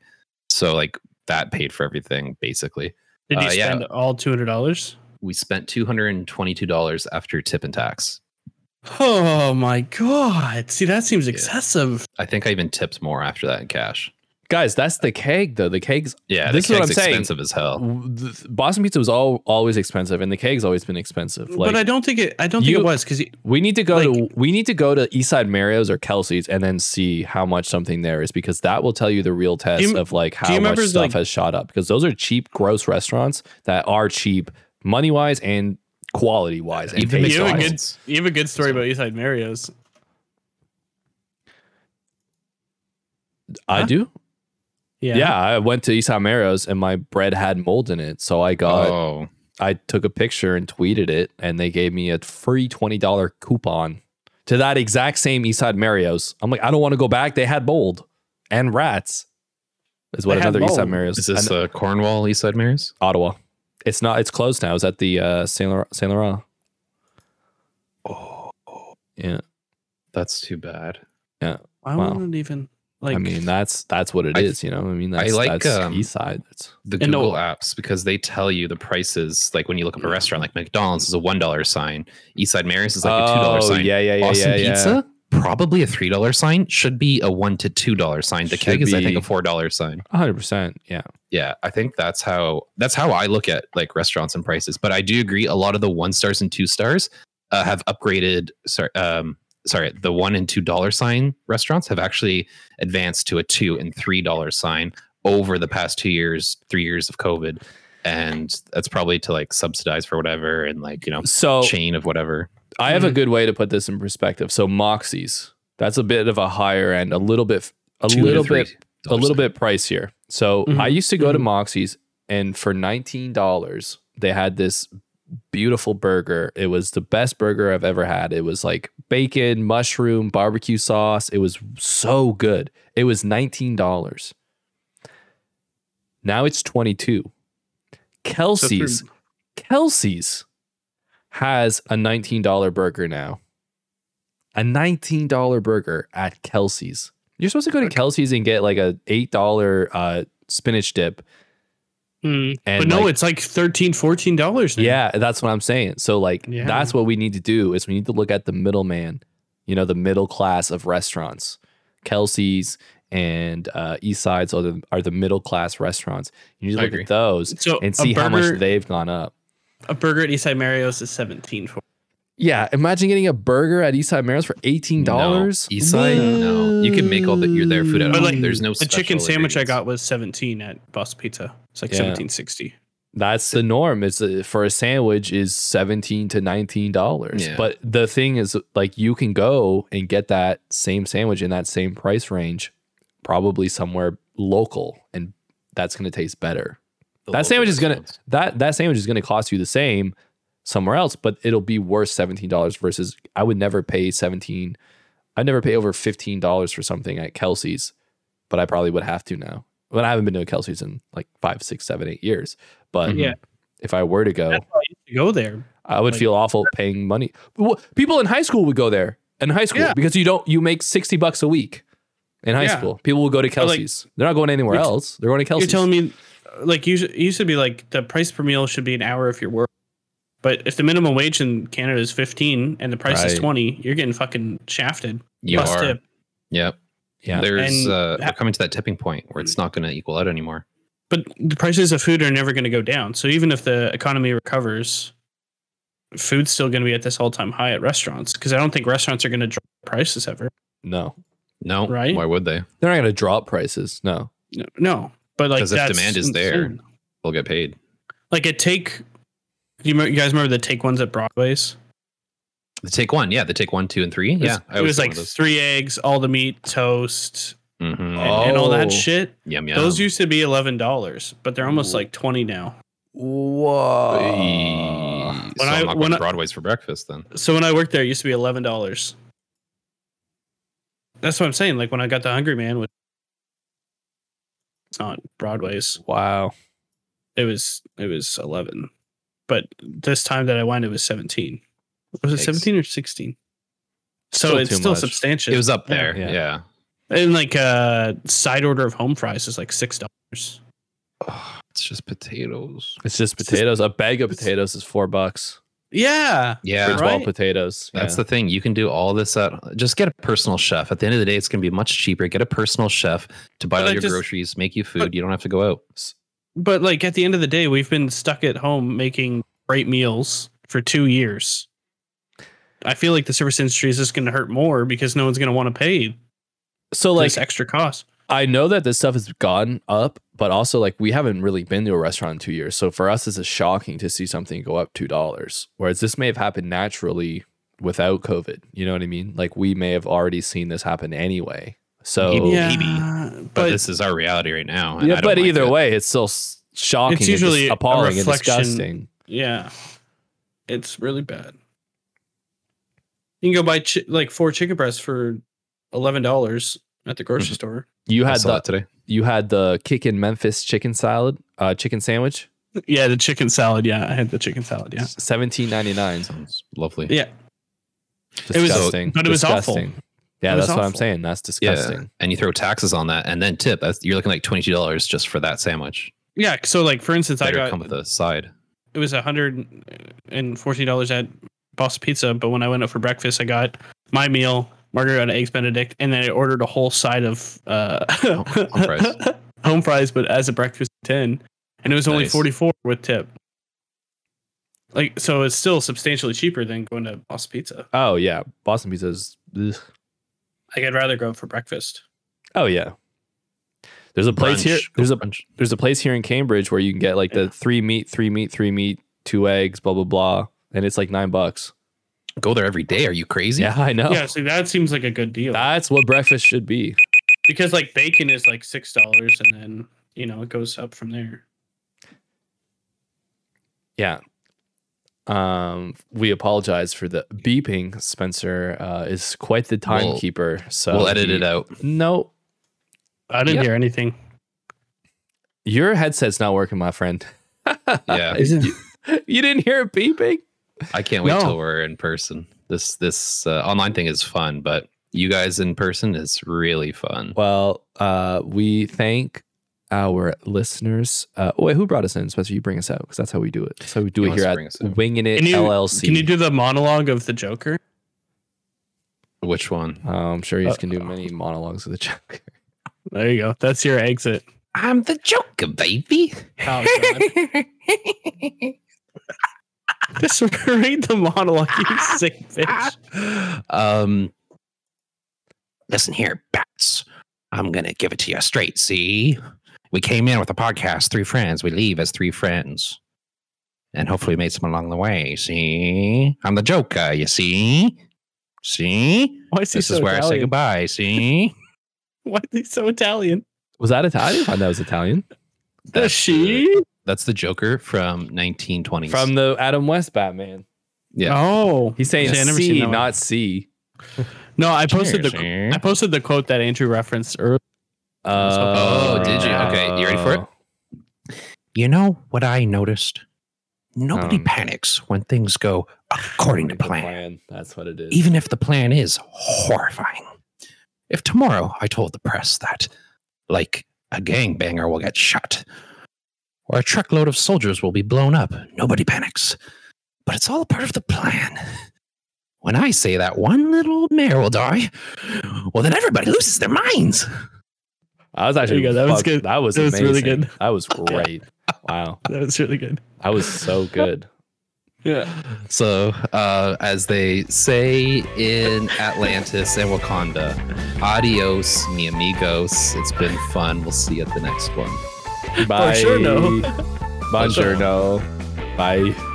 Speaker 2: so like that paid for everything basically.
Speaker 3: Did you
Speaker 2: Uh, yeah.
Speaker 3: spend all two hundred dollars?
Speaker 2: We spent two hundred and twenty-two dollars after tip and tax.
Speaker 3: Oh my God! See, that seems
Speaker 2: Yeah.
Speaker 3: excessive.
Speaker 2: I think I even tipped more after that in cash.
Speaker 1: Guys, that's the keg though. The keg's
Speaker 2: Yeah,
Speaker 1: This is
Speaker 2: the
Speaker 1: what
Speaker 2: keg's
Speaker 1: I'm saying.
Speaker 2: expensive as hell.
Speaker 1: the- Boston pizza was all always expensive and the keg's always been expensive. Like
Speaker 3: but I don't think it. I don't think
Speaker 1: you-
Speaker 3: it was because
Speaker 1: we need to go to
Speaker 3: like-
Speaker 1: we need to go to Eastside Mario's or Kelsey's and then see how much something there is because that will tell you the real test
Speaker 3: you-
Speaker 1: of like
Speaker 3: you
Speaker 1: how much
Speaker 3: remember,
Speaker 1: stuff
Speaker 3: like-
Speaker 1: has shot up because those are cheap, gross restaurants that are cheap money wise and quality wise. And
Speaker 2: Even
Speaker 1: taste-wise.
Speaker 3: you have a good
Speaker 2: McDonald's.
Speaker 3: you have a good story about Eastside Mario's.
Speaker 1: I
Speaker 3: Huh?
Speaker 1: do.
Speaker 3: Yeah.
Speaker 1: Yeah. I went to East Meros and my bread had mold in it. So I got,
Speaker 2: oh,
Speaker 1: I took a picture and tweeted it, and they gave me a free twenty dollar coupon to that exact same East Side Mario's. I'm like, I don't want to go back. They had mold and rats. Is what
Speaker 3: They had
Speaker 1: another East Side
Speaker 3: mold.
Speaker 1: Mario's
Speaker 2: is this
Speaker 1: an-
Speaker 2: uh, Cornwall East Side Mares?
Speaker 1: Ottawa. It's not. It's closed now. It's at the uh, Saint Laurent. Saint Laurent.
Speaker 2: Oh,
Speaker 1: Yeah.
Speaker 2: that's too bad.
Speaker 3: I
Speaker 1: Wow.
Speaker 3: wouldn't even like.
Speaker 1: I mean, that's that's what it
Speaker 2: I-
Speaker 1: is. You know. I mean, that's
Speaker 2: like,
Speaker 1: that's
Speaker 2: um,
Speaker 1: East Side. It's,
Speaker 2: The
Speaker 3: And no-
Speaker 2: Google apps because they tell you the prices. Like when you look up a restaurant, like McDonald's is a one dollar sign. East Side Mares is like a two dollar
Speaker 1: Oh,
Speaker 2: sign.
Speaker 1: Yeah, yeah, yeah,
Speaker 2: Austin
Speaker 1: yeah, yeah.
Speaker 2: Pizza probably a three dollar sign. Should be a one to two dollar sign. The
Speaker 1: Should
Speaker 2: keg is I think
Speaker 1: be.
Speaker 2: a four dollar sign.
Speaker 1: hundred percent. Yeah.
Speaker 2: yeah i think that's how that's how i look at like restaurants and prices but i do agree a lot of the one stars and two stars uh, have upgraded sorry um sorry the one and two dollar sign restaurants have actually advanced to a two and three dollar sign over the past two years three years of covid and that's probably to like subsidize for whatever and like you know
Speaker 1: So
Speaker 2: chain Mm-hmm. of whatever
Speaker 1: I have a good way to put this in perspective. So Moxie's, that's a bit of a higher end, a little bit, a
Speaker 2: Two to
Speaker 1: little
Speaker 2: three
Speaker 1: bit, a
Speaker 2: dollar
Speaker 1: little
Speaker 2: sign.
Speaker 1: bit pricier. So
Speaker 3: Mhm.
Speaker 1: I used to go to
Speaker 3: Mhm.
Speaker 1: Moxie's, and for nineteen dollars, they had this beautiful burger. It was the best burger I've ever had. It was like bacon, mushroom, barbecue sauce. It was so good. It was nineteen dollars. Now it's twenty two.
Speaker 3: so through-
Speaker 1: Kelsey's Kelsey's has a $19 burger now. A $19 burger at Kelsey's. You're supposed to go to Kelsey's and get like a $8 uh, spinach dip.
Speaker 3: Mm.
Speaker 1: And
Speaker 3: but no,
Speaker 1: like-
Speaker 3: it's like 13 14 dollars.
Speaker 1: Yeah, that's what I'm saying. So like
Speaker 3: Yeah.
Speaker 1: that's what we need to do is we need to look at the middleman, you know, the middle class of restaurants. Kelsey's and uh, East Sides are the, are the middle class restaurants. You need to
Speaker 2: I
Speaker 1: look
Speaker 2: agree.
Speaker 1: at those
Speaker 3: So
Speaker 1: and see
Speaker 3: a burger,
Speaker 1: how much they've gone up.
Speaker 3: a burger at Eastside Mario's is 17 for.
Speaker 1: Yeah, imagine getting a burger at Eastside Maris for eighteen dollars.
Speaker 2: No. Eastside? No. You can make all the- your- their food at
Speaker 3: But, home. like,
Speaker 2: There's no
Speaker 3: The chicken
Speaker 2: special
Speaker 3: sandwich I
Speaker 2: ingredients.
Speaker 3: got was 17 at Boss Pizza. It's like
Speaker 1: Yeah.
Speaker 3: 1760.
Speaker 1: That's the norm. It's uh, for a sandwich is seventeen to nineteen dollars.
Speaker 2: Yeah.
Speaker 1: But the thing is, like, you can go and get that same sandwich in that same price range, probably somewhere local, and that's going to taste better.
Speaker 2: The
Speaker 1: That
Speaker 2: local
Speaker 1: sandwich is gonna-
Speaker 2: restaurants.
Speaker 1: That that sandwich is going to cost you the same somewhere else, but it'll be worth seventeen dollars versus I would never pay seventeen. I'd never pay over fifteen dollars for something at Kelsey's, but I probably would have to now. But I haven't been to a Kelsey's in like five, six, seven, eight years. But
Speaker 3: Yeah.
Speaker 1: if I were to go,
Speaker 3: That's why I used to go there.
Speaker 1: I would
Speaker 3: Like-
Speaker 1: feel awful paying money. Well, People in high school would go there in high school
Speaker 3: Yeah.
Speaker 1: because you don't you make sixty bucks a week in high
Speaker 3: Yeah.
Speaker 1: school. People will go to
Speaker 3: like,
Speaker 1: Kelsey's. They're not going anywhere
Speaker 3: you're t-
Speaker 1: else. They're going to
Speaker 3: You're
Speaker 1: Kelsey's.
Speaker 3: telling me, like, you should, it used to be like the price per meal should be an hour if you're working. But if the minimum wage in Canada is 15 and the price is
Speaker 1: Right.
Speaker 3: 20, you're getting fucking shafted.
Speaker 2: you
Speaker 3: Plus
Speaker 2: are
Speaker 3: tip.
Speaker 2: yep
Speaker 1: yeah,
Speaker 2: there's
Speaker 3: And
Speaker 2: uh
Speaker 3: ha-
Speaker 2: we're coming to that tipping point where it's not going to equal out anymore
Speaker 3: But the prices of food are never going to go down. So even if the economy recovers, food's still going to be at this all time high at restaurants because I don't think restaurants are going to drop prices ever.
Speaker 1: no,
Speaker 2: No,
Speaker 3: Right?
Speaker 2: Why would they?
Speaker 1: they're not going to drop prices. No,
Speaker 3: No- No, but like
Speaker 2: 'Cause if
Speaker 3: that's
Speaker 2: demand is there.
Speaker 3: insane.
Speaker 2: They'll get paid.
Speaker 3: Like at take, you, mo- you guys remember the take ones at Broadway's?
Speaker 2: The take one, yeah, the take one, two, and three. Yeah,
Speaker 3: it was like three eggs, all the meat, toast,
Speaker 2: mm-hmm.
Speaker 3: and, and all
Speaker 1: Oh.
Speaker 3: that shit.
Speaker 2: yum yum.
Speaker 3: Those used to be eleven dollars, but they're almost
Speaker 1: Ooh.
Speaker 3: like twenty now.
Speaker 1: whoa,
Speaker 2: Hey, so
Speaker 3: When I-
Speaker 2: I'm not
Speaker 3: when
Speaker 2: going to
Speaker 3: I-
Speaker 2: Broadway's for breakfast then.
Speaker 3: So when I worked there, it used to be eleven dollars. That's what I'm saying. Like when I got the Hungry Man, which it's not Broadway's.
Speaker 1: wow.
Speaker 3: It was it was eleven, but this time that I went, it was seventeen. Was it
Speaker 2: Yikes.
Speaker 3: seventeen or sixteen? So
Speaker 1: Still
Speaker 3: it's
Speaker 1: too
Speaker 3: still
Speaker 1: much.
Speaker 3: substantial.
Speaker 2: It was up
Speaker 3: Yeah.
Speaker 2: there.
Speaker 1: Yeah.
Speaker 2: Yeah.
Speaker 3: and like uh side order of home fries is like six dollars.
Speaker 2: Oh, it's just potatoes.
Speaker 1: It's just
Speaker 3: It's just-
Speaker 1: potatoes. a bag of
Speaker 3: it's-
Speaker 1: potatoes is four bucks
Speaker 3: Yeah,
Speaker 2: Yeah.
Speaker 1: for twelve
Speaker 3: Right?
Speaker 1: potatoes.
Speaker 2: That's
Speaker 1: yeah.
Speaker 2: the thing. You can do all this at just get a personal chef. At the end of the day, it's going to be much cheaper. Get a personal chef to buy
Speaker 3: But
Speaker 2: all
Speaker 3: I
Speaker 2: your
Speaker 3: just-
Speaker 2: groceries, make you food.
Speaker 3: but-
Speaker 2: you don't have to go out.
Speaker 3: but like at the end of the day, we've been stuck at home making great meals for two years. I feel like the service industry is just going to hurt more because no one's going to want to pay
Speaker 1: so
Speaker 3: like,
Speaker 1: like
Speaker 3: this extra cost.
Speaker 1: I know that this stuff has gone up, but also like we haven't really been to a restaurant in two years. So for us, this is shocking to see something go up two dollars. Whereas this may have happened naturally without COVID. You know what I mean? Like we may have already seen this happen anyway.
Speaker 3: oh,
Speaker 1: So
Speaker 2: Yeah,
Speaker 1: yeah,
Speaker 2: But, this is our reality right now. and I don't
Speaker 1: but
Speaker 2: like
Speaker 1: either
Speaker 2: that.
Speaker 1: way, it's still s- shocking.
Speaker 3: It's
Speaker 1: and just
Speaker 3: usually a
Speaker 1: appalling and
Speaker 3: reflection-
Speaker 1: disgusting.
Speaker 3: Yeah, it's really bad. You can go buy chi- like four chicken breasts for eleven dollars at the grocery store.
Speaker 1: You
Speaker 2: I
Speaker 1: had
Speaker 2: saw
Speaker 1: the
Speaker 2: that today.
Speaker 1: you had the kick in Memphis chicken salad, uh, chicken sandwich,
Speaker 3: Yeah, the chicken salad. Yeah, I had the chicken salad. Yeah,
Speaker 1: seventeen ninety nine.
Speaker 2: Sounds lovely.
Speaker 3: yeah. It was-
Speaker 1: Disgusting,
Speaker 3: but it was awful.
Speaker 1: Disgusting. Yeah,
Speaker 3: It was
Speaker 1: that's what I'm
Speaker 3: awful.
Speaker 1: saying. That's
Speaker 2: Yeah,
Speaker 1: disgusting.
Speaker 2: and you throw taxes on that, and then tip. That's, you're looking like twenty two dollars just for that sandwich.
Speaker 3: Yeah. So like for instance, I
Speaker 2: Better
Speaker 3: got
Speaker 2: come with a side.
Speaker 3: it was hundred and fourteen dollars at Boston Pizza, but when I went out for breakfast, I got my meal, margarita, eggs Benedict, and then I ordered a whole side of uh, home,
Speaker 2: fries.
Speaker 3: home fries, but as a breakfast ten, and it was only
Speaker 2: Nice.
Speaker 3: forty four with tip. Like so, it's still substantially cheaper than going to Boston Pizza.
Speaker 1: Oh yeah, Boston pizza's. ugh.
Speaker 3: Like I'd rather go for breakfast.
Speaker 1: Oh yeah. There's a place
Speaker 2: Brunch.
Speaker 1: here.
Speaker 2: Go
Speaker 1: There's a
Speaker 2: brunch.
Speaker 1: there's a place here in Cambridge where you can get like
Speaker 3: Yeah.
Speaker 1: the three meat, three meat, three meat, two eggs, blah blah blah, and it's like nine bucks.
Speaker 2: Go there every day. Are you crazy?
Speaker 1: Yeah, I know.
Speaker 3: Yeah, see, that seems like a good deal
Speaker 1: That's what breakfast should be.
Speaker 3: because like bacon is like six dollars, and then you know it goes up from there.
Speaker 1: Yeah. Um, we apologize for the beeping. Spencer uh, is quite the
Speaker 2: We'll-
Speaker 1: timekeeper. so
Speaker 2: we'll edit it
Speaker 1: he-
Speaker 2: out.
Speaker 1: No,
Speaker 3: I didn't
Speaker 1: Yeah.
Speaker 3: hear anything.
Speaker 1: your headset's not working, my friend. uh,
Speaker 2: Yeah,
Speaker 1: you didn't hear it beeping.
Speaker 2: I can't wait
Speaker 3: No.
Speaker 2: till we're in person. This this uh, online thing is fun, but you guys in person is really fun.
Speaker 1: Well, uh, we thank our listeners. Uh, wait, who brought us in? Spencer, you bring us out because that's how we do it. That's how we do
Speaker 2: He
Speaker 1: it
Speaker 2: wants
Speaker 1: here
Speaker 2: to
Speaker 1: at
Speaker 2: bring us in.
Speaker 1: Winging It
Speaker 3: Can you-
Speaker 1: LLC.
Speaker 3: Can you do the monologue of the Joker?
Speaker 2: Which one?
Speaker 1: Uh, I'm sure you
Speaker 3: Uh,
Speaker 1: can do many monologues of the Joker.
Speaker 3: There you go. That's your exit.
Speaker 2: I'm the Joker, baby.
Speaker 3: Oh, God. Just read the monologue, you sick bitch.
Speaker 2: um, listen here, bats. I'm gonna give it to you straight. See, we came in with a podcast, three friends. We leave as three friends, and hopefully made some along the way. See, I'm the Joker. You see, see.
Speaker 3: Why is he
Speaker 2: This
Speaker 3: so
Speaker 2: is where I say
Speaker 3: Italian?
Speaker 2: goodbye. See,
Speaker 3: Why is he so Italian?
Speaker 1: Was that Italian? I didn't find that was Italian.
Speaker 3: Does she?
Speaker 2: That's the Joker from 1920s.
Speaker 1: From the Adam West Batman.
Speaker 2: Yeah.
Speaker 3: Oh
Speaker 1: He's saying
Speaker 3: Yeah, I never seen
Speaker 1: C,
Speaker 3: that one.
Speaker 1: not C.
Speaker 3: no! I posted the
Speaker 2: Cheers,
Speaker 3: I
Speaker 2: eh?
Speaker 3: posted the quote that Andrew referenced earlier.
Speaker 1: Uh,
Speaker 2: Oh, did you? Okay, you ready for it? You know what I noticed? Nobody
Speaker 1: Um,
Speaker 2: panics when things go according to
Speaker 1: The
Speaker 2: plan,
Speaker 1: That's what it is.
Speaker 2: even if the plan is horrifying. If tomorrow I told the press that, like, a gangbanger will get shot or a truckload of soldiers will be blown up, nobody panics. But it's all a part of the plan. When I say that one little old mayor will die, well, then everybody loses their minds.
Speaker 1: I was actually
Speaker 3: There you go, that was
Speaker 1: fuck-
Speaker 3: good.
Speaker 1: That was
Speaker 3: That was
Speaker 1: amazing.
Speaker 3: really good.
Speaker 1: That was great. wow,
Speaker 3: That was really good.
Speaker 1: that was so good.
Speaker 3: Yeah.
Speaker 2: So, uh, as they say in Atlantis and Wakanda, adios, mi amigos. It's been fun. We'll see you at the next one.
Speaker 1: Bye.
Speaker 3: sure, no.
Speaker 1: Buongiorno. Bye.